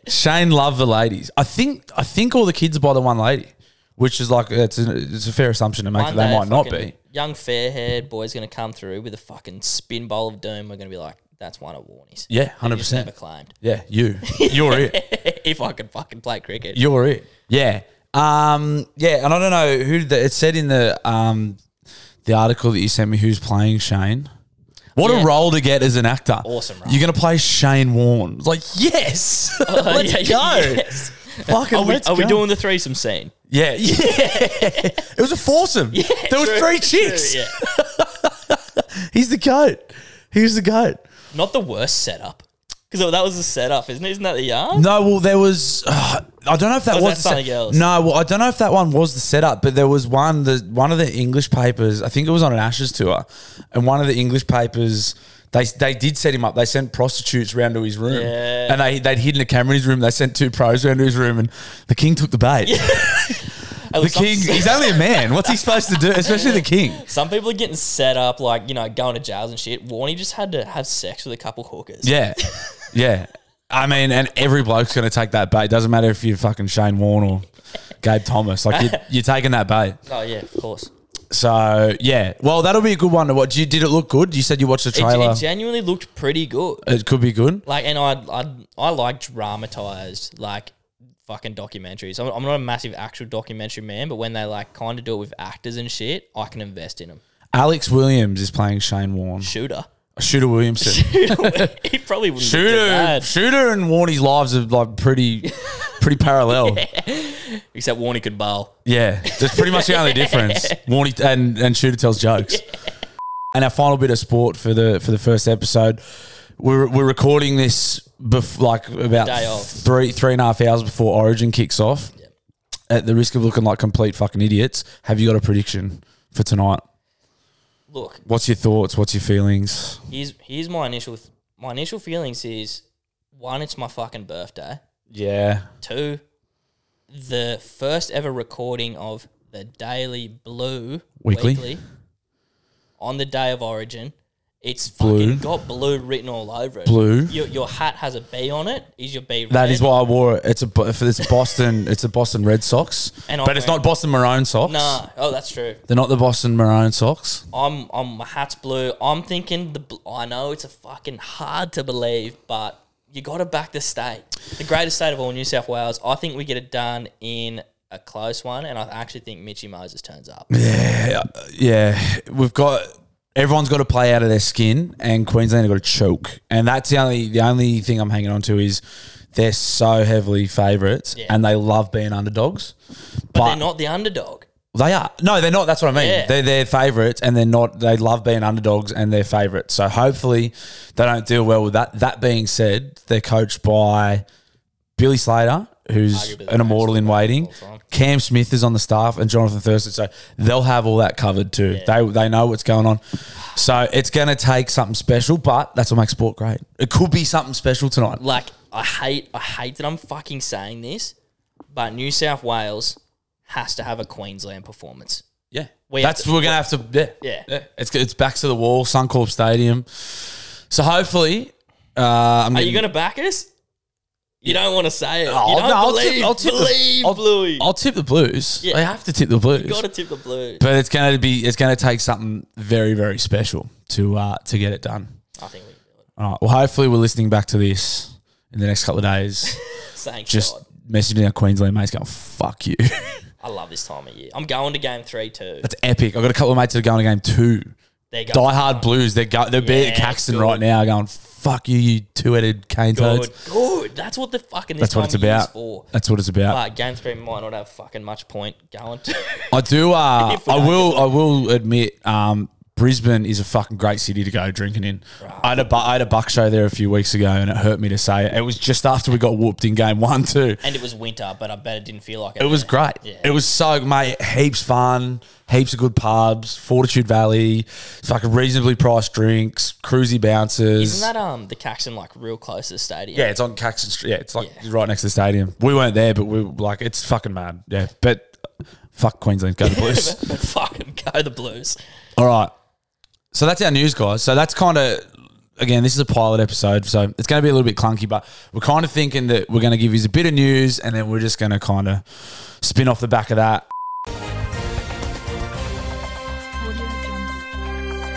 A: Shane loved the ladies. I think I think all the kids are by the one lady, which is like it's a, it's a fair assumption to make
B: One
A: that
B: day
A: they might not
B: fucking
A: be.
B: young fair haired boy's going to come through with a fucking spin bowl of doom. We're going to be like, that's one of Warnie's.
D: Yeah,
B: He
D: hundred
B: just
D: percent.
B: Never claimed.
D: Yeah, you, you're it.
B: if I could fucking play cricket.
D: You're it.
A: Yeah. Um, yeah, and I don't know who the, it said in the um, the article that you sent me who's playing Shane. What
B: Yeah.
A: a role to get as an actor.
B: Awesome role.
A: You're going to play Shane Warne. Like, yes. let's
B: Oh, Yeah,
A: go.
B: yes.
A: Fucking
B: Are, we,
A: let's
B: are we
A: go.
B: doing the threesome scene?
A: Yeah. Yeah. it was a foursome. there was
B: True,
A: three
B: true,
A: chicks.
B: yeah.
A: He's the goat. He's the goat.
B: Not the worst setup. Because that was the setup, isn't it? Isn't that the yarn?
A: No, well, there was. Uh, I don't know if that
B: Was
A: was,
B: that
A: the se-
B: something else?
A: No, well, I don't know if that one was the setup, but there was one. The one of the English papers, I think it was on an Ashes tour, and one of the English papers. They, they did set him up. They sent prostitutes round to his room,
B: Yeah.
A: and they they'd hidden a camera in his room. They sent two pros round to his room, and the king took the bait.
B: At
A: The
B: least I'm
A: king,
B: saying-
A: he's only a man. What's he supposed to do? Especially the king.
B: Some people are getting set up, like, you know, going to jails and shit. Warney just had to have sex with a couple hookers.
A: Yeah, yeah. I mean, and every bloke's going to take that bait. Doesn't matter if you're fucking Shane Warne or Gabe Thomas. Like you, you're taking that bait.
B: Oh, yeah, of course. It-
A: So yeah, well, that'll be a good one to watch. You, did it look good? You said you watched the trailer.
B: It,
A: It,
B: genuinely looked pretty good.
A: could be good.
B: Like, and I, I, I like dramatized, like, fucking documentaries. I'm, I'm not a massive actual documentary man, but when they, like, kind of do it with actors and shit, I can invest in them.
A: Alex Williams is playing Shane Warne.
B: Shooter.
A: Shooter Williamson.
B: he probably wouldn't Shooter.
A: Shooter, Shooter, and Warnie's lives are like pretty, pretty parallel. Yeah,
B: Except Warney could bowl.
A: that's pretty much the only difference. Warnie and and Shooter tells jokes. And our final bit of sport for the for the first episode, we're we're recording this bef- like about
B: Day of.
A: three three and a half hours before Origin kicks off. At the risk of looking like complete fucking idiots, have you got a prediction for tonight?
B: Look,
A: What's your thoughts? What's your feelings?
B: here's here's my initial th- my initial feelings is one, it's my fucking birthday.
A: Yeah.
B: Two, the first ever recording of the Daily Blue
A: Weekly.
B: on the day of origin. It's
A: Blue.
B: fucking got blue written all over it.
A: Blue.
B: Your, your hat has a B on it. Is your B red?
A: That is why I wore it. It's a bo- if it's Boston. it's a Boston Red Sox,
B: And I'm
A: but it's
B: wearing-
A: not Boston Maroon socks.
B: Nah. Oh, that's true.
A: They're not the Boston Maroon socks.
B: I'm, I'm my hat's blue. I'm thinking the. Bl- I know it's a fucking hard to believe, but you got to back the state, the greatest state of all, New South Wales. I think we get it done in a close one, and I actually think Mitchy Moses turns up.
A: Yeah, we've got everyone's got to play out of their skin, and Queensland have got to choke, and that's the only the only thing I'm hanging on to is they're so heavily favourites,
B: Yeah.
A: and they love being underdogs. But,
B: They're not the underdog.
A: They are. No, they're not. That's what I mean.
B: Yeah.
A: They're their favourites and they're not they love being underdogs and they're favourites. So hopefully they don't deal well with that. That being said, they're coached by Billy Slater, who's
B: Arguably the
A: an immortal in waiting.
B: all time.
A: Cam Smith is on the staff and Jonathan Thurston. So they'll have all that covered too. They they know what's going on. So it's gonna take something special, but that's what makes sport great. It could be something special tonight.
B: Like I hate, I hate that I'm fucking saying this, but New South Wales has to have a Queensland performance.
A: Yeah.
B: We
A: That's
B: have
A: we're gonna have to yeah.
B: Yeah.
A: It's it's back to the wall, Suncorp Stadium. So hopefully, uh, I'm
B: Are
A: getting,
B: you going to back us? You don't want to say it.
A: Oh,
B: you don't
A: no, I'll
B: believe.
A: tip- I'll tip the-
B: believe,
A: I'll-
B: Bluey.
A: I'll tip the Blues.
B: Yeah.
A: I have to tip the Blues.
B: you got to tip the blue.
A: but it's gonna be it's gonna take something very very special to uh, to get it done.
B: I think we can do it.
A: All right. Well, hopefully we're listening back to this in the next couple of days.
B: Thank
A: Just
B: God.
A: messaging our Queensland mates going, "Fuck you."
B: I love this time of year. I'm going to game three too.
A: That's epic. I've got a couple of mates that are going to game two.
B: There you go.
A: Die Hard Blues. They're go- they're being
B: Yeah,
A: at Caxton
B: good.
A: right now, going, "Fuck you, you two headed cane toads."
B: Good. Good. That's what the fucking this
A: That's
B: time
A: what it's about.
B: Is for.
A: That's what it's about.
B: But game three might not have fucking much point going to.
A: I do. Uh,
B: If we
A: I
B: don't
A: will. I will admit, um, Brisbane is a fucking great city to go drinking in. I had, a bu- I had a buck show there a few weeks ago, and it hurt me to say it. It was just after we got whooped in game one too.
B: and it was winter, but I bet it didn't feel like it.
A: It was great. It was so mate, heaps fun, heaps of good pubs, Fortitude Valley, fucking reasonably priced drinks, cruisy bouncers.
B: Isn't that um the Caxton like real close to the stadium?
A: Yeah, it's on Caxton Street. Yeah, it's like
B: Yeah.
A: right next to the stadium. We weren't there, but we were like, it's fucking mad. Yeah, but fuck Queensland, go to Blues.
B: fucking go the Blues.
A: All right. So that's our news, guys. So that's kind of, again, this is a pilot episode. So it's going to be a little bit clunky, but we're kind of thinking that we're going to give you a bit of news and then we're just going to kind of spin off the back of that.
E: Audio Jungle.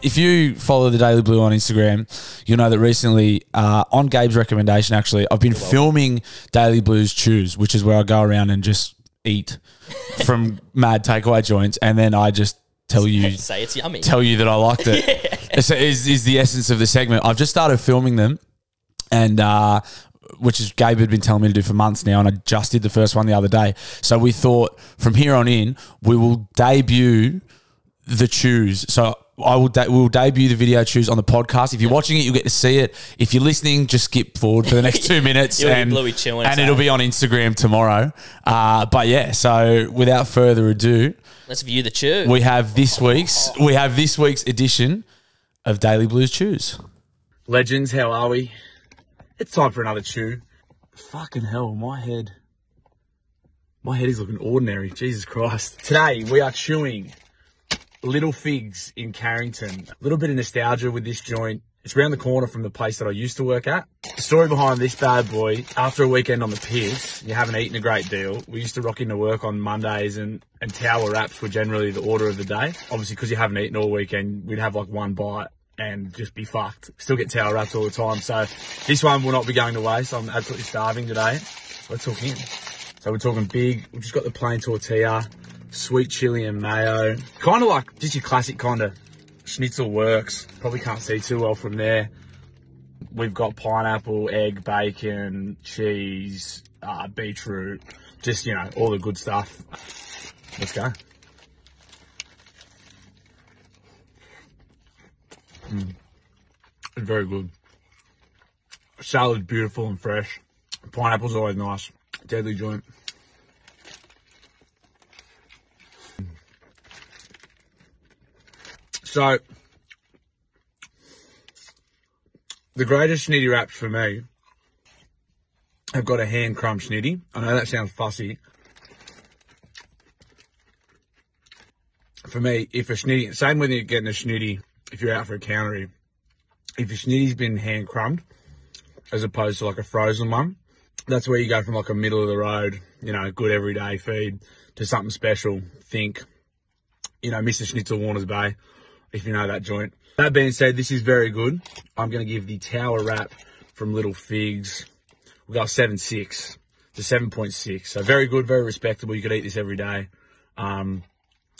A: if you follow the Daily Blue on Instagram, you'll know that recently, uh, on Gabe's recommendation, actually, I've been filming Daily Blues Chews, which is where I go around and just eat from mad takeaway joints, and then I just tell you
B: Say it's yummy.
A: tell you that I liked it. It's- is, is the essence of the segment. I've just started filming them, and uh, which is Gabe had been telling me to do for months now, and I just did the first one the other day. So we thought from here on in we will debut the choose. So. I will de- we'll debut the video choose on the podcast. If you're watching it, you'll get to see it. If you're listening, just skip forward for the next two minutes,
B: You'll hear
A: and,
B: Bluey chewing
A: and
B: it
A: it'll
B: out.
A: be on Instagram tomorrow. Uh, but yeah, so without further ado,
B: Let's view the chew.
A: we have this week's we have this week's edition of Daily Blues Chews. Legends, how are we? It's time for another chew. Fucking hell, my head. My head is looking ordinary. Jesus Christ. Today we are chewing Little Figs in Carrington. A little bit of nostalgia with this joint. It's round the corner from the place that I used to work at. The story behind this bad boy, after a weekend on the piss, you haven't eaten a great deal. We used to rock into work on Mondays and, and tower wraps were generally the order of the day. Obviously, because you haven't eaten all weekend, we'd have like one bite and just be fucked. Still get tower wraps all the time. So this one will not be going to waste. I'm absolutely starving today. Let's hook in. So we're talking big. We've just got the plain tortilla, sweet chili and mayo. Kind of like just your classic kind of schnitzel works. Probably can't see too well from there. We've got pineapple, egg, bacon, cheese, uh, beetroot. Just, you know, all the good stuff. Let's go. Mm. Very good. Salad's beautiful and fresh. Pineapple's always nice. Deadly joint. So, the greatest schnitty wraps for me have got a hand crumb schnitty. I know that sounds fussy. For me, if a schnitty, same when you're getting a schnitty, if you're out for a countery, if your schnitty's been hand crumbed, as opposed to like a frozen one, that's where you go from like a middle of the road, you know, good everyday feed to something special. Think, you know, Mr. Schnitzel Warner's Bay, if you know that joint. That being said, this is very good. I'm going to give the tower wrap from Little Figs. We got 7.6 to 7.6. So very good, very respectable. You could eat this every day. Um,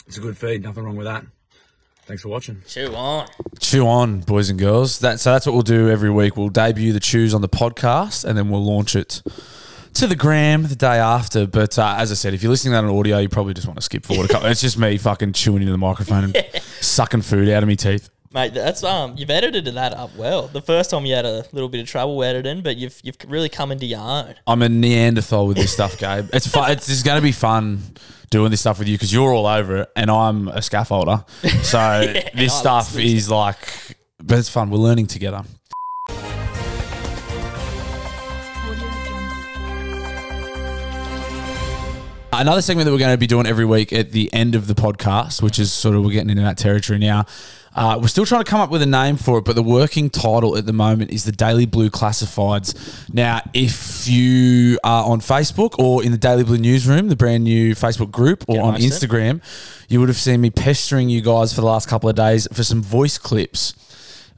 A: it's a good feed. Nothing wrong with that. Thanks for watching.
B: chew on.
A: Chew on, boys and girls. That, so that's what we'll do every week. We'll debut the chews on the podcast, and then we'll launch it to the gram the day after. But uh, as I said, if you're listening to that on audio, you probably just want to skip forward a couple. It's just me fucking chewing into the microphone and sucking food out of my teeth.
B: Mate, that's um you've edited that up well. The first time you had a little bit of trouble editing, but you've you've really come into your own.
A: I'm a Neanderthal with this stuff, Gabe. It's fun. It's, it's going to be fun doing this stuff with you because you're all over it, and I'm a scaffolder. So this stuff is like, but it's fun. We're learning together. Another segment that we're going to be doing every week at the end of the podcast, which is sort of we're getting into that territory now. Uh, we're still trying to come up with a name for it, but the working title at the moment is the Daily Blue Classifieds. Now, if you are on Facebook or in the Daily Blue Newsroom, the brand new Facebook group, or on
B: amongst it.
A: Instagram, you would have seen me pestering you guys for the last couple of days for some voice clips.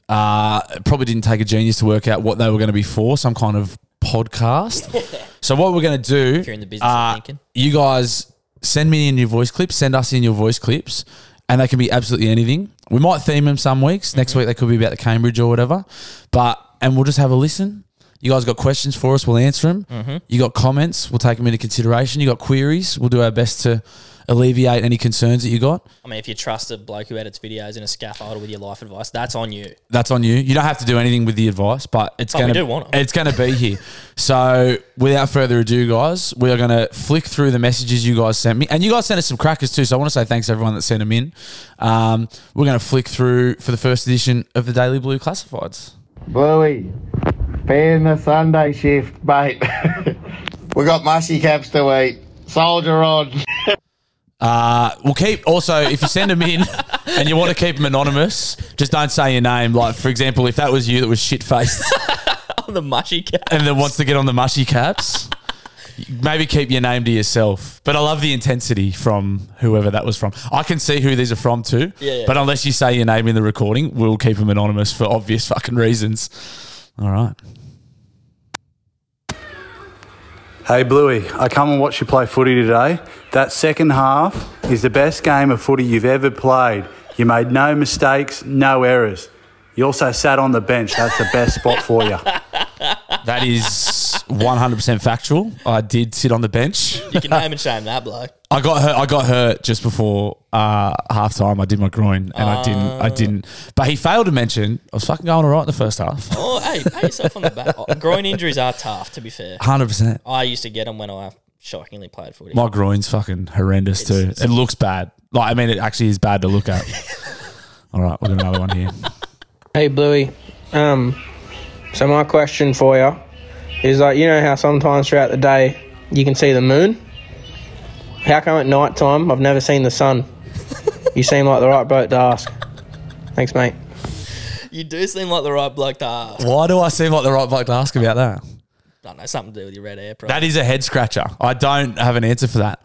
A: Uh, it probably didn't take a genius to work out what they were going to be for, some kind of podcast. so what we're going to do, if
B: you're in the business of
A: Uh,
B: thinking.
A: you guys send me in your voice clips, send us in your voice clips, and they can be absolutely anything. We might theme them some weeks. Next week they could be about the Cambridge or whatever, but and we'll just have a listen. You guys got questions for us? We'll answer them. You got comments? We'll take them into consideration. You got queries? We'll do our best to alleviate any concerns that you got.
B: I mean, if you trust a bloke who edits videos in a scaffold with your life advice, that's on you.
A: that's on you. You don't have to do anything with the advice, but it's
B: But Oh, we
A: going
B: do want
A: to
B: it.
A: it's going to be here. So, without further ado, guys, we are going to flick through the messages you guys sent me, and you guys sent us some crackers too. So, I want to say thanks to everyone that sent them in. Um, we're going to flick through for the first edition of the Daily Blue Classifieds.
F: Bluey, paying the Sunday shift, mate. we got mushy caps to eat. Soldier on.
A: Uh, we'll keep also if you send them in and you want to keep them anonymous, just don't say your name. Like for example, if that was you that was shit faced
B: On the mushy cat.
A: and then wants to get on the mushy caps. Maybe keep your name to yourself. But I love the intensity from whoever that was from. I can see who these are from too.
B: Yeah, yeah.
A: But unless you say your name in the recording, we'll keep them anonymous for obvious fucking reasons. All right.
G: Hey Bluey, I come and watch you play footy today. That second half is the best game of footy you've ever played. You made no mistakes, no errors. You also sat on the bench. That's the best spot for you.
A: That is 100% factual. I did sit on the bench.
B: You can name and shame that bloke.
A: I got hurt. I got hurt just before uh, half time. I did my groin, and I didn't.
B: Uh.
A: I didn't. But he failed to mention I was fucking going all right in the first half.
B: Oh, hey, pat yourself on the back. Oh, groin injuries are tough, to be fair.
A: Hundred percent.
B: I used to get them when I shockingly played footy.
A: My groin's fucking horrendous too. it looks bad. Like I mean, it actually is bad to look at. all right, we've got another one here.
H: Hey Bluey, um, so my question for you is like you know how sometimes throughout the day you can see the moon. How come at night time I've never seen the sun? You seem like the right bloke to ask. Thanks, mate.
B: you do seem like the right bloke to ask.
A: Why do I seem like the right bloke to ask about that?
B: I don't know, something to do with your red hair, probably.
A: That is a head scratcher. I don't have an answer for that.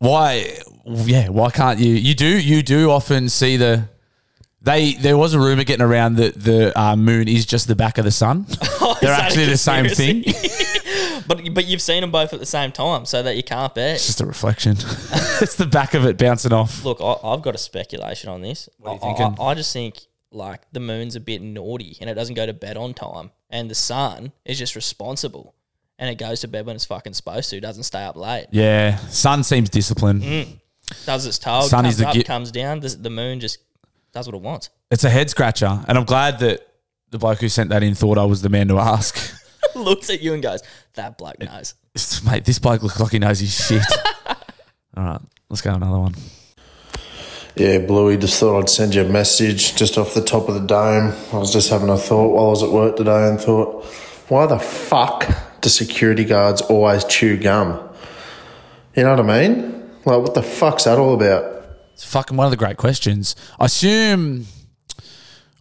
A: Why? Yeah. Why can't you? You do. You do often see the. They there was a rumor getting around that the uh, moon is just the back of the sun. They're
B: that a
A: actually the same thing.
B: conspiracy?
A: It's
B: But but you've seen them both at the same time, so that you can't bet.
A: just a reflection. it's the back of it bouncing off.
B: Look, I, I've got a speculation on this. I, I-
A: thinking?
B: I, just think like the moon's a bit naughty and it doesn't go to bed on time, and the sun is just responsible and it goes to bed when it's fucking supposed to. Doesn't stay up late.
A: Yeah, sun seems disciplined.
B: Does its tail
A: Sun
B: comes
A: is the
B: up,
A: gi-
B: comes down. The, the moon just does what it wants.
A: It's a head scratcher, and I'm glad that the bloke who sent that in thought I was the man to ask.
B: Looks at you and goes, "That bloke knows."
A: Mate, this bloke looks like he knows his shit. All right, let's go another one.
I: Yeah, Bluey, just thought I'd send you a message just off the top of the dome. I was just having a thought while I was at work today and thought, why the fuck do security guards always chew gum? You know what I mean? Like, what the fuck's that all about?
A: It's fucking one of the great questions. I assume,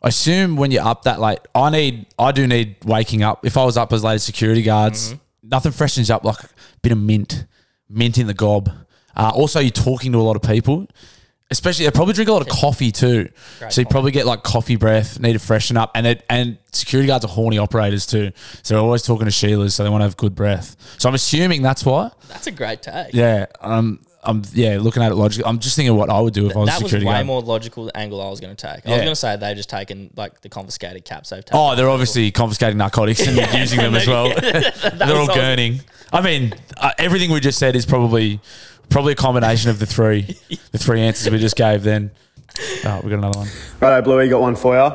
A: I assume when you're up that late, I need, I do need waking up. If I was up as late as security guards, nothing freshens you up like a bit of mint, mint in the gob. Uh, also, you're talking to a lot of people. Especially, they probably drink a lot of coffee too, so you probably get like coffee breath. Need to freshen up, and it, and security guards are horny operators too, so they're always talking to Sheila's, so they want to have good breath. So I'm assuming that's why.
B: That's a great take.
A: Yeah, um, I'm yeah looking at it logically. I'm just thinking what I would do if I was a
B: That was way
A: security guard.
B: more logical angle I was going to take. I was
A: Yeah.
B: going to say they've just taken like the confiscated caps they've taken.
A: Oh, they're obviously confiscating narcotics and using them as well. they're all
B: was-
A: gurning. I mean, uh, everything we just said is probably probably a combination of the three the three answers we just gave. Then, oh, we got another one.
J: Righto, Bluey, got one for you.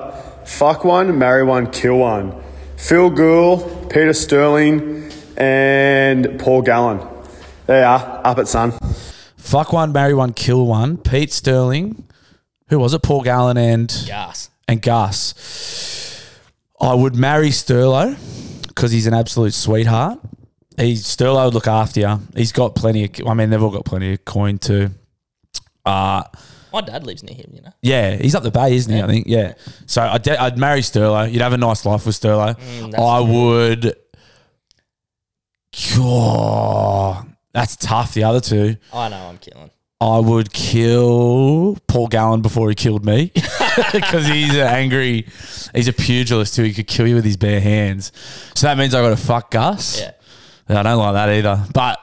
J: Fuck one, marry one, kill one. Phil Gould, Peter Sterling, and Paul Gallen. There you are, up at Sun.
A: Fuck one, marry one, kill one. Pete Sterling, who was it? Paul Gallen and
B: Gas.
A: and Gus. I would marry Sterlo because he's an absolute sweetheart. He Sterlo would look after you. He's got plenty of. I mean, they've all got plenty of coin too. Uh
B: My dad lives near him, you know.
A: yeah, he's up the bay, isn't he? I think yeah. So I'd, de- I'd marry Sterlo. You'd have a nice life with Sterlo. I would. Oh, that's tough. The other two.
B: I know I'm killing.
A: I would kill Paul Gallen before he killed me because he's an angry, he's a pugilist too. He could kill you with his bare hands. So that means I got to fuck Gus.
B: Yeah.
A: I don't like that either. But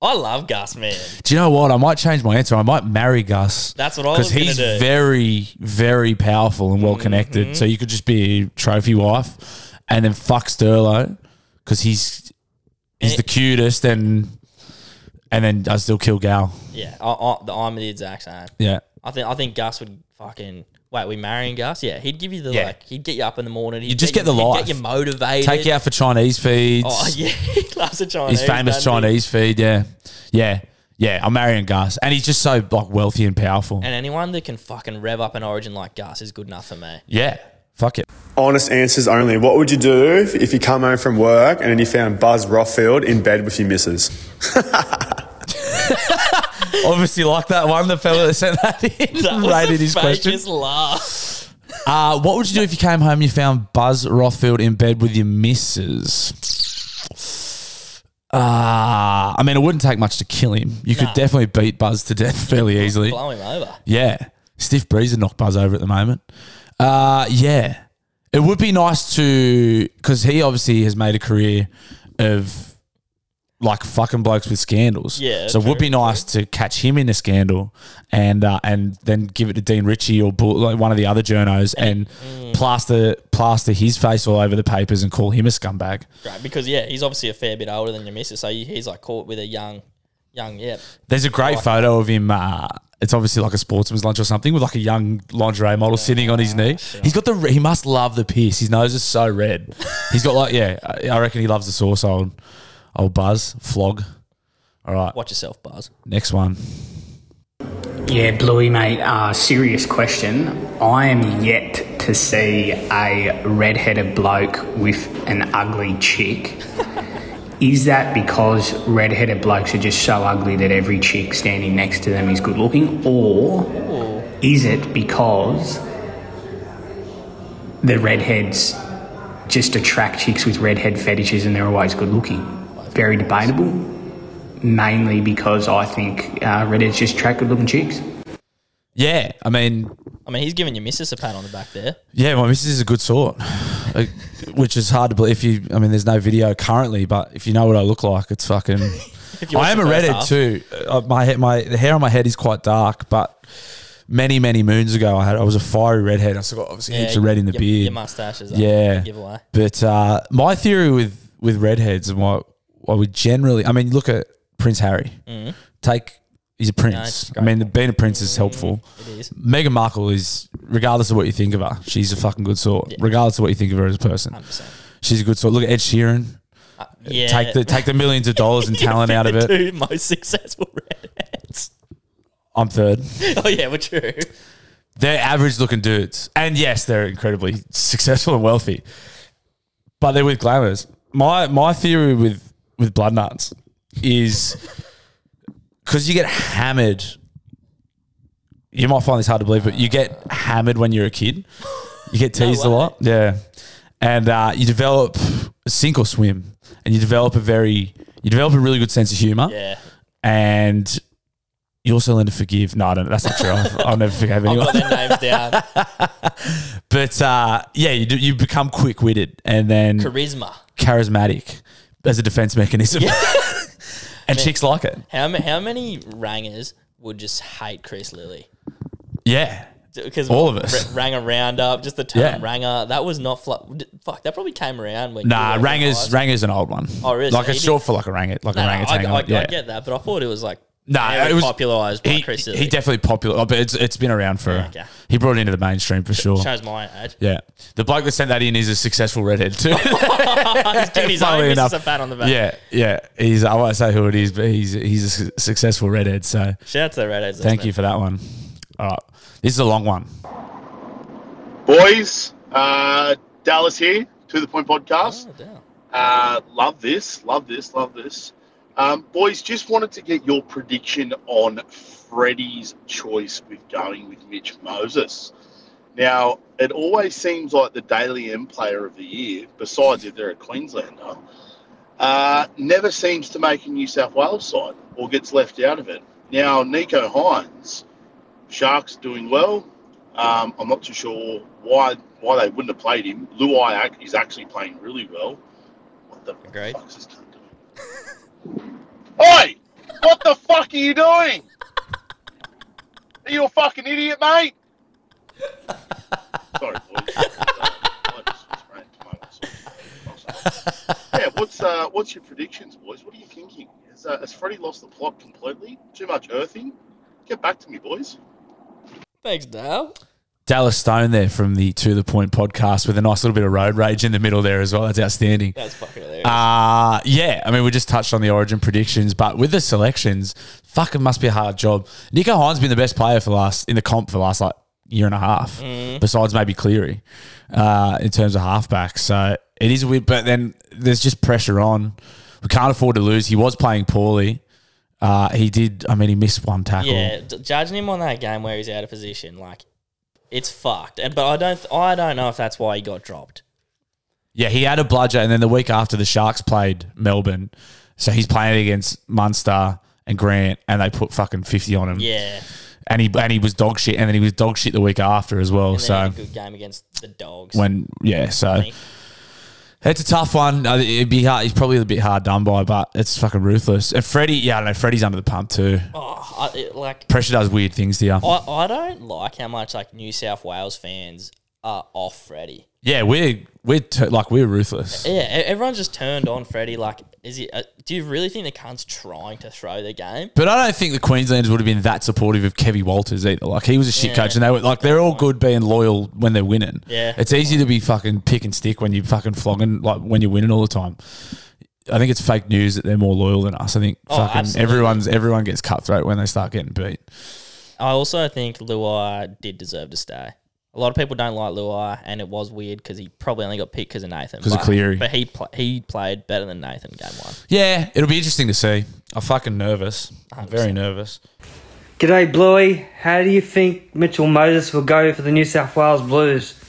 B: I love Gus, man.
A: do you know what? I might change my answer. I might marry Gus.
B: That's what I
A: because
B: was going to
A: he's
B: do. Mm-hmm.
A: very, very powerful and well connected. So you could just be a trophy wife, and then fuck Sterlo because he's he's
B: And
A: the
B: it-
A: cutest, and and then I still kill Gal.
B: yeah, I, I, the, I'm the exact same.
A: Yeah.
B: I think I think Gus would fucking wait. We marrying Gus? Yeah, he'd give you the
A: Yeah.
B: like. He'd get you up in the morning. He'd
A: You just get
B: you-
A: the
B: he'd
A: life.
B: Get you motivated.
A: Take you out for Chinese feeds.
B: Oh yeah, he loves a Chinese.
A: His famous
B: doesn't he?
A: Chinese feed, yeah. Yeah. Yeah. I'm marrying Gus. And he's just so like wealthy and powerful.
B: And anyone that can fucking rev up an origin like Gus is good enough for me.
A: yeah. Fuck it.
J: Honest answers only. What would you do if- if you come home from work and then you found Buzz Rothfield in bed with your missus?
A: Obviously like that one, the fella that sent that in.
B: That was
A: rated
B: the
A: his question.
B: fakest laugh.
A: Uh, what would you do if you came home and you found Buzz Rothfield in bed with your missus? Ah, I mean, it wouldn't take much to kill him. You
B: Nah.
A: could definitely beat Buzz to death fairly easily.
B: Blow him over.
A: Yeah. Stiff breeze would knock Buzz over at the moment. Uh, yeah. It would be nice to, because he obviously has made a career of like fucking blokes with scandals.
B: Yeah,
A: So it would be nice to catch him in a scandal and uh, and then give it to Dean Ritchie or Bull, like one of the other journos and plaster plaster his face all over the papers and call him a scumbag.
B: Great, because yeah, he's obviously a fair bit older than your missus, so he's like caught with a young, young yeah.
A: There's a great photo of him. Uh, it's obviously like a sportsman's lunch or something with like a young lingerie model sitting on his knee. He's got the. re- He must love the piss. His nose is so red. He's got like yeah. I I reckon he loves the sauce. Old, old Buzz flog. All right,
B: Watch yourself, Buzz.
A: next one.
K: Yeah, Bluey, mate, uh, serious question. I am yet to see a redheaded bloke with an ugly chick. Is that because redheaded blokes are just so ugly that every chick standing next to them is good looking? Or is it because the redheads just attract chicks with redhead fetishes and they're always good looking? Very debatable, mainly because I think uh, redheads just attract good looking chicks.
A: Yeah, I mean,
B: I mean, he's giving your missus a pat on the back there.
A: yeah, my missus is a good sort, Like, which is hard to believe. If you, I mean, there's no video currently, but if you know what I look like, it's fucking.
B: you watch
A: I am
B: the
A: a
B: first
A: redhead
B: half.
A: too. Uh, my he- my the hair on my head is quite dark, but many many moons ago, I had I was a fiery redhead. I still got obviously heaps of red in the
B: your,
A: beard.
B: Your mustache is a
A: Yeah.
B: giveaway.
A: But uh, my theory with with redheads and why why we generally, I mean, look at Prince Harry.
B: Mm-hmm.
A: Take he's a prince. I mean, being a prince is helpful.
B: It is.
A: Meghan Markle is, regardless of what you think of her, she's a fucking good sort. Regardless of what you think of her as a person,
B: 100%.
A: she's a good sort. Look at Ed Sheeran.
B: Um, Yeah.
A: Take the take the millions of dollars and talent out of
B: the
A: it.
B: Two most successful redheads.
A: I'm third.
B: Oh yeah, we're true.
A: They're average looking dudes. And yes, they're incredibly successful and wealthy. But they're with glamours. My my theory with with blood nuts is because you get hammered. You might find this hard to believe, but you get hammered when you're a kid. You get teased a
B: way.
A: lot. Yeah. And uh, you develop sink or swim. And you develop a very you develop a really good sense of humor.
B: Yeah.
A: And you also learn to forgive. No, I don't, that's not true. I've, I'll never forgive anyone.
B: Got their names down.
A: But uh, yeah, you, do, you become quick witted and then
B: Charisma.
A: charismatic as a defense mechanism. and chicks like it.
B: How ma- how many rangers would just hate Chris Lilly?
A: Yeah.
B: Because
A: All of us.
B: rang a roundup. Just the term
A: Yeah.
B: ranger. That was not fl- fuck. That probably came around when.
A: Nah,
B: you were
A: Ranger's,
B: alive.
A: Ranger's an old one.
B: Oh, really?
A: Like
B: So
A: it's
B: he
A: short for like a Ranger, like
B: No,
A: a
B: no, I,
A: Rangertan.
B: I,
A: yeah.
B: I get that, but I thought it was like
A: Nah,
B: very
A: it was-
B: popularized by
A: he,
B: Chris Lilly.
A: he definitely popular, but it's, it's been around for.
B: Yeah, okay.
A: He brought it into the mainstream for sure.
B: shows my age.
A: Yeah, the bloke that sent that in is a successful redhead too.
B: Oh, He's giving his
A: Funnily
B: own missus a
A: enough.
B: pat on the back.
A: yeah, yeah. He's I won't say who it is, but he's he's a su- successful redhead. So
B: Shout out to the redheads.
A: Thank you for that one. All right. This is a long one.
L: Boys, uh, Dallas here, To The Point Podcast.
B: Oh, damn.
L: Uh, love this, love this, love this. Um, boys, just wanted to get your prediction on Freddie's choice with going with Mitch Moses. Now, it always seems like the Daily M player of the year, besides if they're a Queenslander, uh, never seems to make a New South Wales side or gets left out of it. Now, Nico Hines, Sharks doing well. Um, I'm not too sure why why they wouldn't have played him. Luai ac- is actually playing really well. What the
B: Great.
L: fuck's this cunt doing? Oi! What the fuck are you doing? Are you a fucking idiot, mate? Sorry, boys. I just sprayed tomato sauce. yeah, what's uh, what's your predictions, boys? What are you thinking? Has, uh, has Freddie lost the plot completely? Too much earthing? Get back to me, boys.
B: Thanks, Dale.
A: Dallas Stone there from the To The Point podcast with a nice little bit of road rage in the middle there as well. That's outstanding.
B: That's fucking hilarious.
A: Uh, yeah, I mean, we just touched on the origin predictions, but with the selections, fucking must be a hard job. Nico Hines been the best player for last in the comp for the last like year and a half, besides maybe Cleary, uh, in terms of halfback. So it is weird, but then there's just pressure on. We can't afford to lose. He was playing poorly. Uh, he did. I mean, he missed one tackle.
B: yeah, d- judging him on that game where he's out of position, like it's fucked. And but I don't, th- I don't know if that's why he got dropped.
A: Yeah, he had a bludger, and then the week after the Sharks played Melbourne, So he's playing against Munster and Grant, and they put fucking fifty on him.
B: Yeah.
A: and he and he was dog shit, and then he was dog shit the week after as well.
B: And they had
A: So
B: a good game against the dogs.
A: when yeah, so it's a tough one. Uh, It'd be hard. He's probably a bit hard done by, but it's fucking ruthless. And Freddie, yeah, I don't know. Freddie's under the pump too.
B: Oh, I, it- like
A: Pressure does weird things to you.
B: I, I don't like how much like New South Wales fans are off Freddie.
A: yeah, we're we're t- like we're ruthless.
B: Yeah, e- everyone's just turned on Freddie. Like, is he? Uh, do you really think the cunt's trying to throw the game?
A: But I don't think the Queenslanders would have been that supportive of Kevy Walters either. Like he was a shit
B: Yeah.
A: coach, and they were like they're all good being loyal when they're winning.
B: Yeah.
A: it's easy to be fucking pick and stick when you fucking flogging like when you're winning all the time. I think it's fake news that they're more loyal than us. I think
B: Oh,
A: fucking
B: absolutely.
A: everyone's everyone gets cutthroat when they start getting beat.
B: I also think Luai did deserve to stay. A lot of people don't like Luai, and it was weird because he probably only got picked because of Nathan.
A: 'Cause of
B: but-
A: Cleary.
B: but he pl- he played better than Nathan game one.
A: Yeah, it'll be interesting to see. I'm fucking nervous. I'm very nervous.
M: G'day, Bluey. How do you think Mitchell Moses will go for the New South Wales Blues?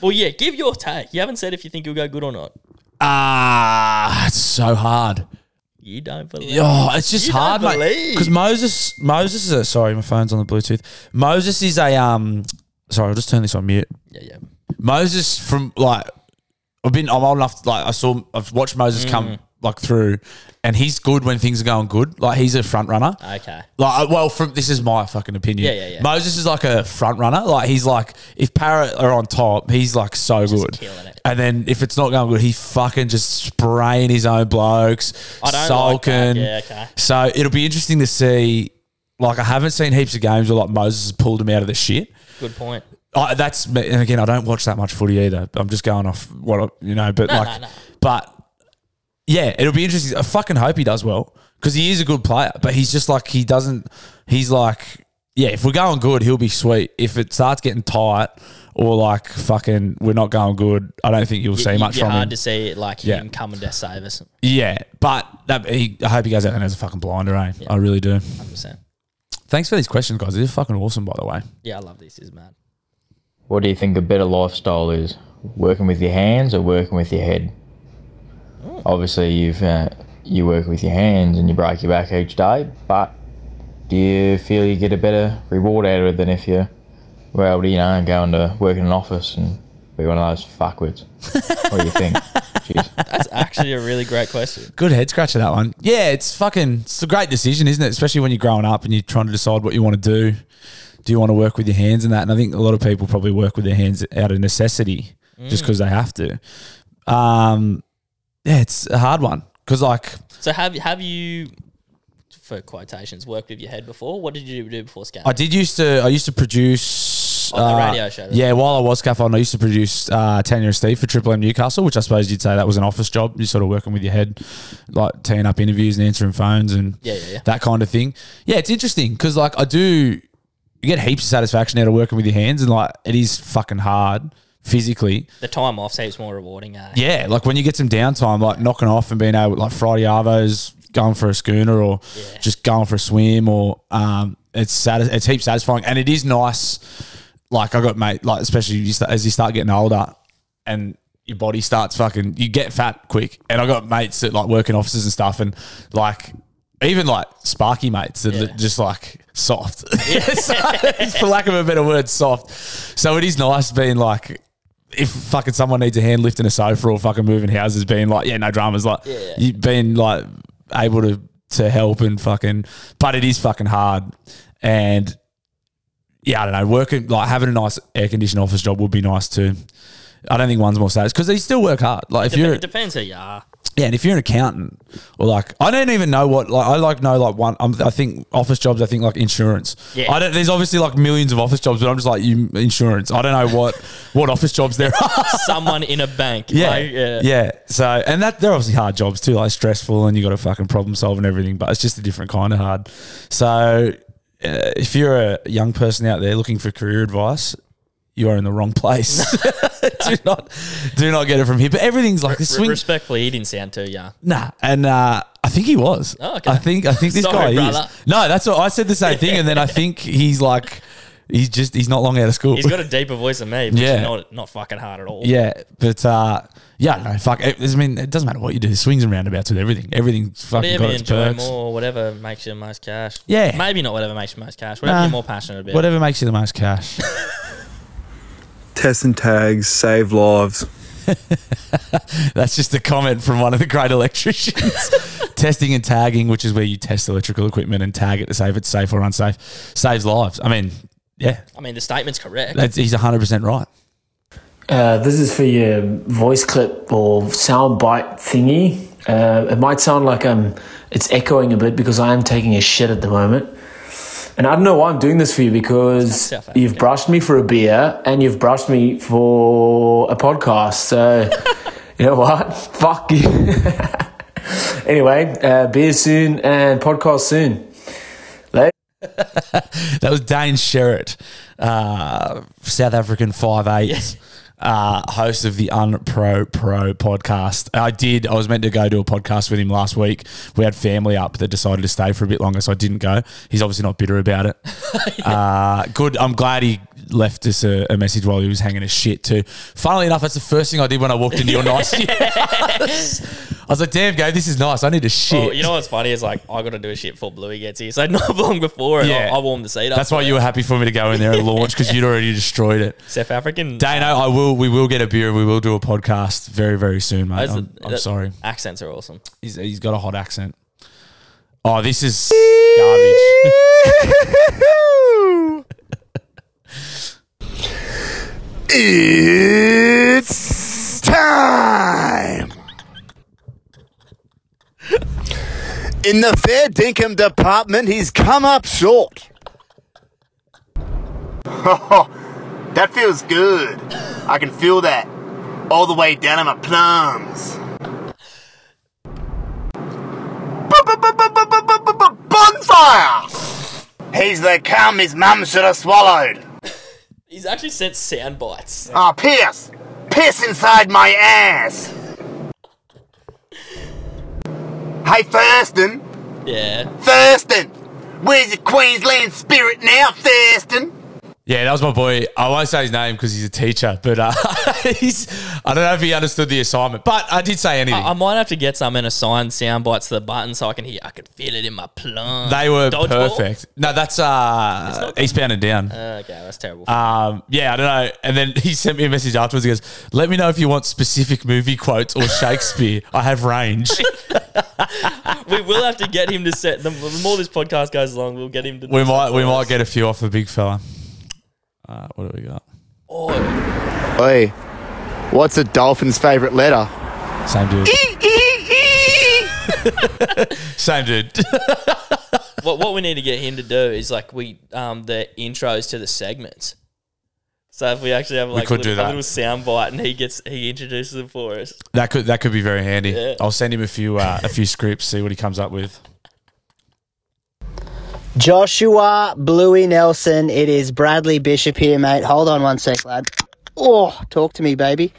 B: Well, yeah, give your take. You haven't said if you think he'll go good or not.
A: Ah, it's so hard.
B: You don't believe.
A: Oh, it's just
B: You don't
A: hard, mate.
B: believe.
A: Because Moses, Moses is a sorry, my phone's on the Bluetooth. Moses is a um. Sorry, I'll just turn this on mute.
B: Yeah, yeah.
A: Moses from like I've been I'm old enough. Like I saw, I've watched Moses come
B: Mm.
A: like through, and he's good when things are going good. Like he's a front runner.
B: Okay.
A: Like, uh, well, from this is my fucking opinion.
B: Yeah, yeah, yeah.
A: Moses is like a front runner. Like he's like, if Parrot are on top, he's like so good.
B: killing it.
A: And then if it's not going good, he fucking just spraying his own blokes,
B: I don't like
A: sulking.
B: that. Yeah, okay.
A: So it'll be interesting to see. Like I haven't seen heaps of games where like Moses has pulled him out of the shit.
B: Good point.
A: I, that's and again, I don't watch that much footy either. I'm just going off what I, you know, but
B: No,
A: like,
B: no, no.
A: but yeah, it'll be interesting. I fucking hope he does well because he is a good player, but he's just like he doesn't. He's like, yeah, if we're going good, he'll be sweet. If it starts getting tight or like fucking we're not going good, I don't think you'll
B: You-
A: see
B: you-
A: much
B: you're
A: from
B: hard
A: him.
B: to see like
A: Yeah.
B: him coming to save us.
A: yeah, but that, he, I hope he goes out and has a fucking blinder, eh? I really do.
B: 100%.
A: Thanks for these questions, guys. They're fucking awesome, by the way.
B: Yeah, I love this. Is mad.
N: What do you think a better lifestyle is? Working with your hands or working with your head? Obviously, you've uh, you work with your hands and you break your back each day, but do you feel you get a better reward out of it than if you were able to, you know, go into work in an office and be one of those fuckwits? what do you think? Cheers.
B: That's actually a really great question.
A: Good head scratcher that one. Yeah, it's fucking it's a great decision, isn't it? Especially when you're growing up and you're trying to decide what you want to do. Do you want to work with your hands and that? And I think a lot of people probably work with their hands out of necessity, just
B: Mm.
A: because they have to. Um, yeah, it's a hard one because like
B: So have have you, for quotations, worked with your head before? What did you do before scan?
A: I did used to I used to produce
B: On the
A: uh,
B: radio show, that's
A: Yeah, while I was scaffolding, I used to produce uh, Tanya and Steve for Triple M Newcastle, which I suppose you'd say that was an office job. You're sort of working with your head, like teeing up interviews and answering phones and
B: Yeah, yeah, yeah.
A: that kind of thing. Yeah, it's interesting because like I do, you get heaps of satisfaction out of working with your hands, and like it is fucking hard physically.
B: The time off seems more rewarding. Eh?
A: Yeah, like when you get some downtime, like knocking off and being able, like Friday Arvos, going for a schooner or just going for a swim, or um, it's satis- it's heaps satisfying, and it is nice. Like I got mate, like especially you start, as you start getting older, and your body starts fucking, you get fat quick. And I got mates that like work in offices and stuff, and like even like sparky mates that are just like soft. So, for lack of a better word, soft. So it is nice being like, if fucking someone needs a hand lifting a sofa or fucking moving houses, being like, yeah, no dramas, like you being like able to to help and fucking, but it is fucking hard. And yeah, I don't know, working like having a nice air conditioned office job would be nice too. I don't think one's more satisfying because they still work hard. Like if
B: Dep-
A: you're
B: it depends who you are.
A: yeah, and if you're an accountant or like, I don't even know what like I like know like one. I'm, I think office jobs. I think like insurance.
B: Yeah.
A: I don't. There's obviously like millions of office jobs, but I'm just like you insurance. I don't know what what office jobs there are.
B: Someone in a bank.
A: Yeah,
B: Like,
A: yeah, So and that they're obviously hard jobs too, like stressful, and you got to fucking problem solve and everything. But it's just a different kind of hard. So uh, if you're a young person out there looking for career advice. You are in the wrong place. do not, do not get it from here. But everything's like this.
B: Re-
A: Swing,
B: respectfully, he didn't sound too young.
A: Nah, and uh, I think he was.
B: Oh, okay.
A: I think I think this
B: Sorry,
A: guy
B: brother.
A: is. No, that's what I said the same thing, and then I think he's like. He's just he's not long out of school.
B: He's got a deeper voice than me, but
A: Yeah.
B: yeah. not not fucking hard at all.
A: Yeah, but uh, yeah, no, fuck. It, I mean, it doesn't matter what you do. Swings and roundabouts with everything. Everything's fucking
B: Whatever
A: got
B: you
A: its
B: enjoy
A: perks.
B: more, whatever makes you the most cash.
A: Yeah.
B: Maybe not whatever makes you the most cash. Whatever
A: Nah,
B: you're more passionate about.
A: Whatever makes you the most cash.
O: Tests and tags save lives.
A: That's just a comment from one of the great electricians. Testing and tagging, which is where you test electrical equipment and tag it to see if it's safe or unsafe, saves lives. I mean, yeah,
B: I mean, the statement's correct.
A: that's, he's 100% right.
P: Uh, this is for your voice clip or sound bite thingy. Uh, it might sound like um, it's echoing a bit because I am taking a shit at the moment. And I don't know why I'm doing this for you because you've brushed me for a beer and you've brushed me for a podcast. Oh, So, you know what? Fuck you. anyway, uh, beer soon and podcast soon. Later.
A: that was Dane Sherritt, uh, South African 5'8", uh, host of the Unpro Pro podcast. I did, I was meant to go to a podcast with him last week. We had family up that decided to stay for a bit longer, so I didn't go. He's obviously not bitter about it. uh, good, I'm glad he left us a, a message while he was hanging his shit too. Funnily enough, that's the first thing I did when I walked into your nice I was like, damn, Gabe, this is nice. I need a shit.
B: Well, Oh, you know what's funny is like I got to do a shit before Bluey gets here. So not long before, it,
A: Yeah.
B: I, I warmed the seat up.
A: That's why you were happy for me to go in there and launch because you'd already destroyed it.
B: South African.
A: Dano, I will. We will get a beer and we will do a podcast very, very soon, mate.
B: Those are-
A: I'm, I'm
B: that-
A: sorry.
B: Accents are awesome.
A: He's, he's got a hot accent. Oh, this is garbage.
Q: It's time! In the Fair Dinkum department, he's come up short.
R: that feels good. I can feel that all the way down in my plums. Bonfire! He's the cum his mum should have swallowed.
B: He's actually sent sound bites.
R: Ah, piss! Piss inside my ass! Hey, Thurston!
B: Yeah.
R: Thurston! Where's your Queensland spirit now, Thurston?
A: yeah, that was my boy. I won't say his name because he's a teacher, but uh, he's. I don't know if he understood the assignment, but I did say anything.
B: I, I might have to get some and assign sound bites to the button so I can hear. I can feel it in my plum.
A: they were
B: Dodgeball?
A: perfect. No, that's uh, eastbound and down.
B: Uh, okay, that's terrible.
A: Um, yeah, I don't know. And then he sent me a message afterwards. He goes, "Let me know if you want specific movie quotes or Shakespeare. I have range."
B: we will have to get him to set. The, the more this podcast goes along, we'll get him to. do
A: We might
B: some
A: we
B: for
A: might
B: us.
A: get a few off the big fella. Uh, what do we got?
Q: Oi, what's a dolphin's favourite letter?
A: Same dude. Same dude.
B: what what we need to get him to do is like we um the intros to the segments. So if we actually have
A: We
B: like
A: could
B: little,
A: do that.
B: a little sound bite and he gets he introduces them for us.
A: That could that could be very handy.
B: Yeah.
A: I'll send him a few uh, a few scripts. See what he comes up with.
F: Joshua Bluey Nelson, it is Bradley Bishop here, mate. Hold on one sec, lad. Oh, talk to me, baby.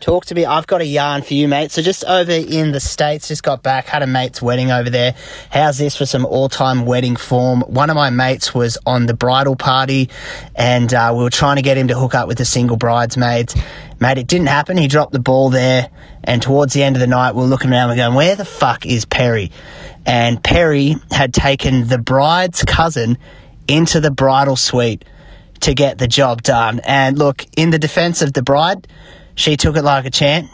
F: Talk to me. I've got a yarn for you, mate. So just over in the States, just got back, had a mate's wedding over there. How's this for some all-time wedding form? One of my mates was on the bridal party and uh, we were trying to get him to hook up with a single bridesmaid. Mate, it didn't happen. He dropped the ball there. And towards the end of the night, we we're looking around, we're going, where the fuck is Perry? And Perry had taken the bride's cousin into the bridal suite to get the job done. And look, in the defense of the bride, she took it like a champ.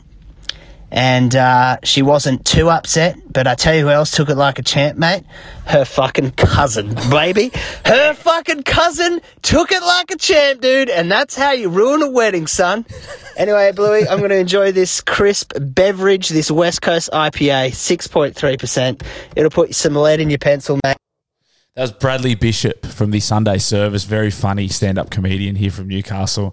F: And uh, she wasn't too upset, but I tell you who else took it like a champ, mate? Her fucking cousin, baby. Her fucking cousin took it like a champ, dude. And that's how you ruin a wedding, son. Anyway, Bluey, I'm going to enjoy this crisp beverage, this West Coast IPA, 6.3%. It'll put some lead in your pencil, mate.
A: That was Bradley Bishop from the Sunday Service, very funny stand-up comedian here from Newcastle,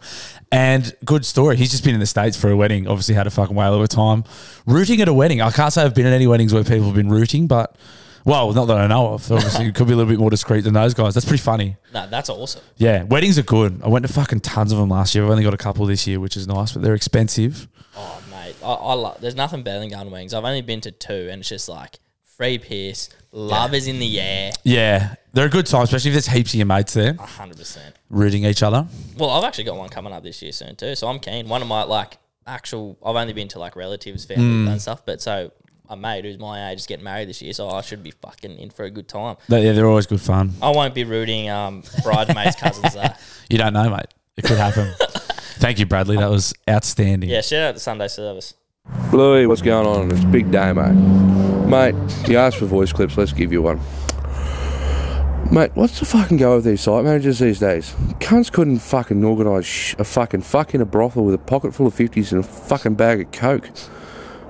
A: and good story. He's just been in the states for a wedding. Obviously, had a fucking whale of a time rooting at a wedding. I can't say I've been at any weddings where people have been rooting, but well, not that I know of. Obviously, it could be a little bit more discreet than those guys. That's pretty funny.
B: No, that's awesome.
A: Yeah, weddings are good. I went to fucking tons of them last year. I've only got a couple this year, which is nice, but they're expensive.
B: Oh mate, I, I love. There's nothing better than going to wings. I've only been to two, and it's just like free piss, love is in the air.
A: Yeah, they're a good time, especially if there's heaps of your mates there.
B: 100%.
A: Rooting each other.
B: Well, I've actually got one coming up this year soon too, so I'm keen. One of my like actual, I've only been to like relatives, family,
A: Mm.
B: and stuff, but so a mate who's my age is getting married this year, so I should be fucking in for a good time.
A: They- yeah, they're always good fun.
B: I won't be rooting um, bridesmaids' cousins. though.
A: You don't know, mate. It could happen. Thank you, Bradley. That was outstanding.
B: Yeah, shout out to Sunday Service.
S: Bluey, what's going on? It's a big day, mate. Mate, you asked for voice clips, let's give you one. Mate, what's the fucking go with these site managers these days? Cunts couldn't fucking organise sh- a fucking fuck in a brothel with a pocket full of 50s and a fucking bag of coke.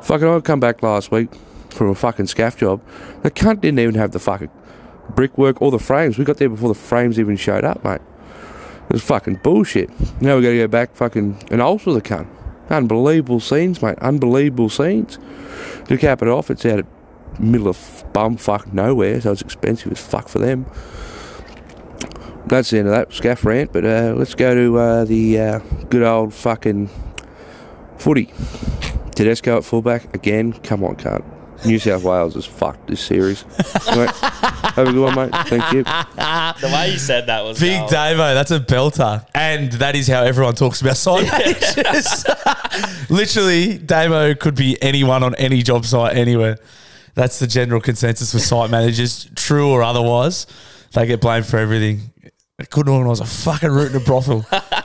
S: Fucking, I come back last week from a fucking scaff job. The cunt didn't even have the fucking brickwork or the frames. We got there before the frames even showed up, mate. It was fucking bullshit. Now we gotta go back fucking and alter the cunt. Unbelievable scenes, mate. Unbelievable scenes. To cap it off, it's out at middle of bum fuck nowhere, so it's expensive as fuck for them. That's the end of that scaff rant, but uh, let's go to uh, the uh, good old fucking footy. Tedesco at fullback again. Come on, cunt. New South Wales is fucked this series. Right. Have a good one, mate. Thank you.
B: the way you said that was oh,
A: Big Davo, that's a belter. And that is how everyone talks about site managers. Literally, Damo could be anyone on any job site anywhere. That's the general consensus with site managers, true or otherwise. They get blamed for everything. I couldn't organise a fucking route in a brothel.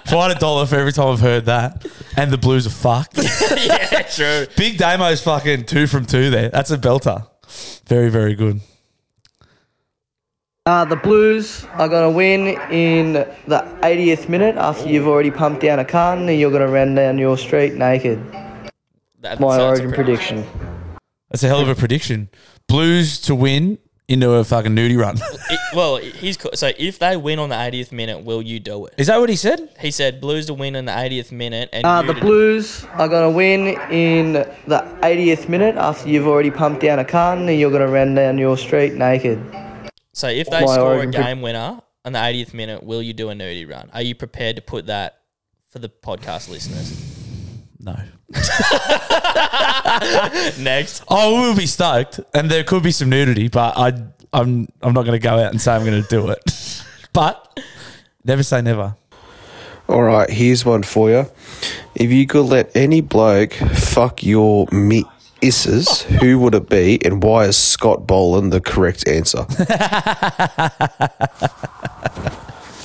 A: Find a dollar for every time I've heard that. And the Blues are fucked.
B: yeah, true.
A: Big Damo's fucking two from two there. That's a belter. Very, very good.
T: Uh, the Blues are going to win in the 80th minute after you've already pumped down a carton and you're going to run down your street naked. My origin prediction.
A: That's a hell of a prediction. Blues to win into a fucking nudie run.
B: It- well, he's co- so if they win on the 80th minute, will you do it?
A: Is that what he said?
B: He said Blues to win in the 80th minute, and
T: Uh,
B: you
T: the
B: to-
T: Blues are going to win in the 80th minute after you've already pumped down a carton and you're going to run down your street naked.
B: So if they
T: My
B: score a
T: origin pre-
B: game winner on the 80th minute, will you do a nudie run? Are you prepared to put that for the podcast listeners?
A: No.
B: Next.
A: Oh, we'll be stoked, and there could be some nudity, but I, I'm, I'm not going to go out and say I'm going to do it. but never say never.
U: All right, here's one for you. If you could let any bloke fuck your missus, who would it be, and why is Scott Boland the correct answer?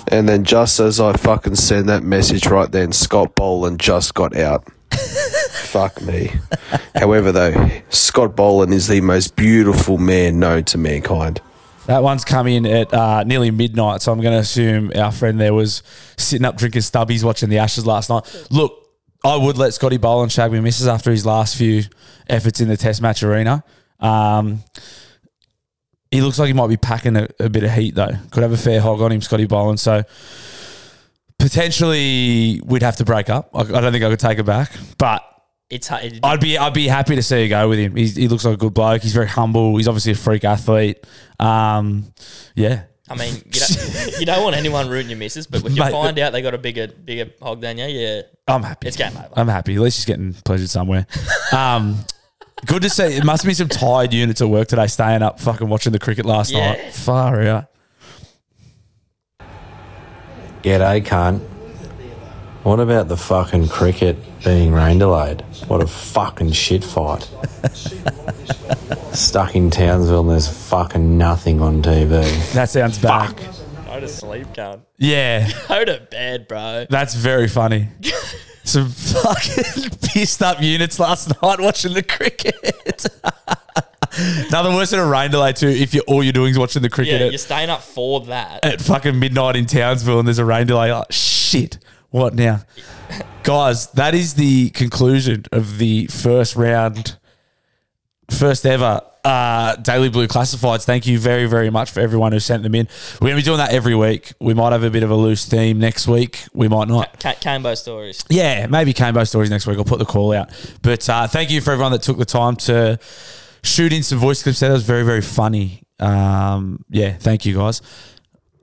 U: and then, just as I fucking send that message right then, Scott Boland just got out. Fuck me. However, though, Scott Boland is the most beautiful man known to mankind.
A: That one's come in at uh, nearly midnight, so I'm going to assume our friend there was sitting up drinking stubbies watching the Ashes last night. Look, I would let Scotty Boland shag me misses after his last few efforts in the Test match arena. Um, he looks like he might be packing a, a bit of heat though. Could have a fair hog on him, Scotty Boland. So potentially we'd have to break up. I, I don't think I could take it back, but
B: It's hu- it'd be-
A: I'd be I'd be happy to see you go with him. He's, he looks like a good bloke. He's very humble. He's obviously a freak athlete. Um, yeah.
B: I mean, you don't, you don't want anyone rooting your missus, but when you
A: Mate,
B: find out they got a bigger bigger hog than you, yeah,
A: I'm happy.
B: It's game over.
A: I'm happy. At least he's getting pleasured somewhere. Um, good to see. It must be some tired units at work today, staying up, fucking watching the cricket last
B: Yeah.
A: night. Far out.
V: G'day, cunt. What about the fucking cricket being rain delayed? What a fucking shit fight. Stuck in Townsville and there's fucking nothing on TV.
A: That sounds bad.
B: go to sleep, cunt.
A: Yeah.
B: Go to bed, bro.
A: That's very funny. Some fucking pissed up units last night watching the cricket. Nothing worse than a rain delay too. If you all you're doing is watching the cricket
B: yeah,
A: at-
B: you're staying up for that.
A: at fucking midnight in Townsville and there's a rain delay. Like, shit, what now? Guys, that is the conclusion of the first round, first ever uh, Daily Blue Classifieds. Thank you very, very much for everyone who sent them in. We're going to be doing that every week. We might have a bit of a loose theme next week. We might not.
B: Ca- Cambo stories.
A: Yeah, maybe Cambo stories next week. I'll put the call out. But uh, thank you for everyone that took the time to shoot in some voice clips. That was very, very funny. Um, yeah, thank you guys.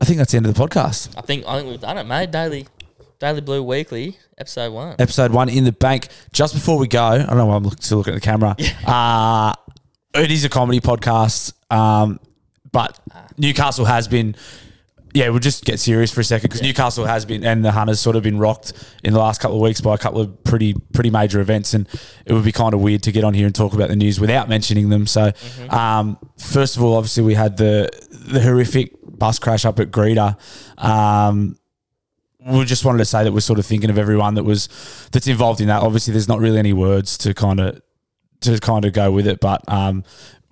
A: I think that's the end of the podcast.
B: I think I think we've done it, mate. Daily, Daily Blue Weekly, episode one.
A: Episode one in the bank. Just before we go, I don't know why I'm look, still looking at the camera. Uh, it is a comedy podcast, um, but Newcastle has been. Yeah, we'll just get serious for a second because Newcastle has been and the Hunters sort of been rocked in the last couple of weeks by a couple of pretty pretty major events, and it would be kind of weird to get on here and talk about the news without mentioning them. So, um, first of all, obviously we had the the horrific bus crash up at Greta. Um, we just wanted to say that we're sort of thinking of everyone that was that's involved in that. Obviously, there's not really any words to kind of to kind of go with it, but um,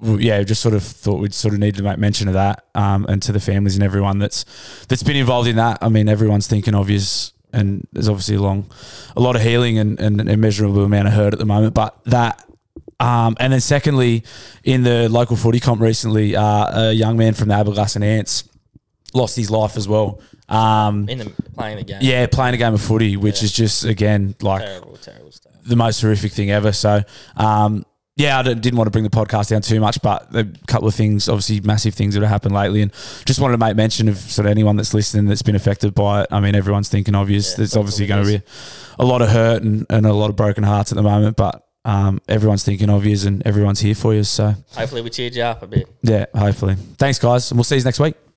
A: w- yeah, just sort of thought we'd sort of need to make mention of that um, and to the families and everyone that's that's been involved in that. I mean, everyone's thinking obvious, and there's obviously a long, a lot of healing and, and an immeasurable amount of hurt at the moment, but that. Um, and then, secondly, in the local footy comp recently, uh, a young man from the Aberglasson Ants lost his life as well. Um,
B: In the- playing the game.
A: Yeah, playing a game of footy, which is just again like terrible,
B: terrible stuff.
A: The most horrific thing ever. So, um, yeah, I didn't didn't want to bring the podcast down too much, but a couple of things, obviously, massive things that have happened lately, and just wanted to make mention of sort of anyone that's listening that's been affected by it. I mean, everyone's thinking obvious. There's obviously going to be a lot of hurt and, and a lot of broken hearts at the moment, but um, everyone's thinking obvious, and everyone's here for you. So,
B: Hopefully, we cheered you up a bit.
A: yeah, hopefully. Thanks, guys, and we'll see you next week.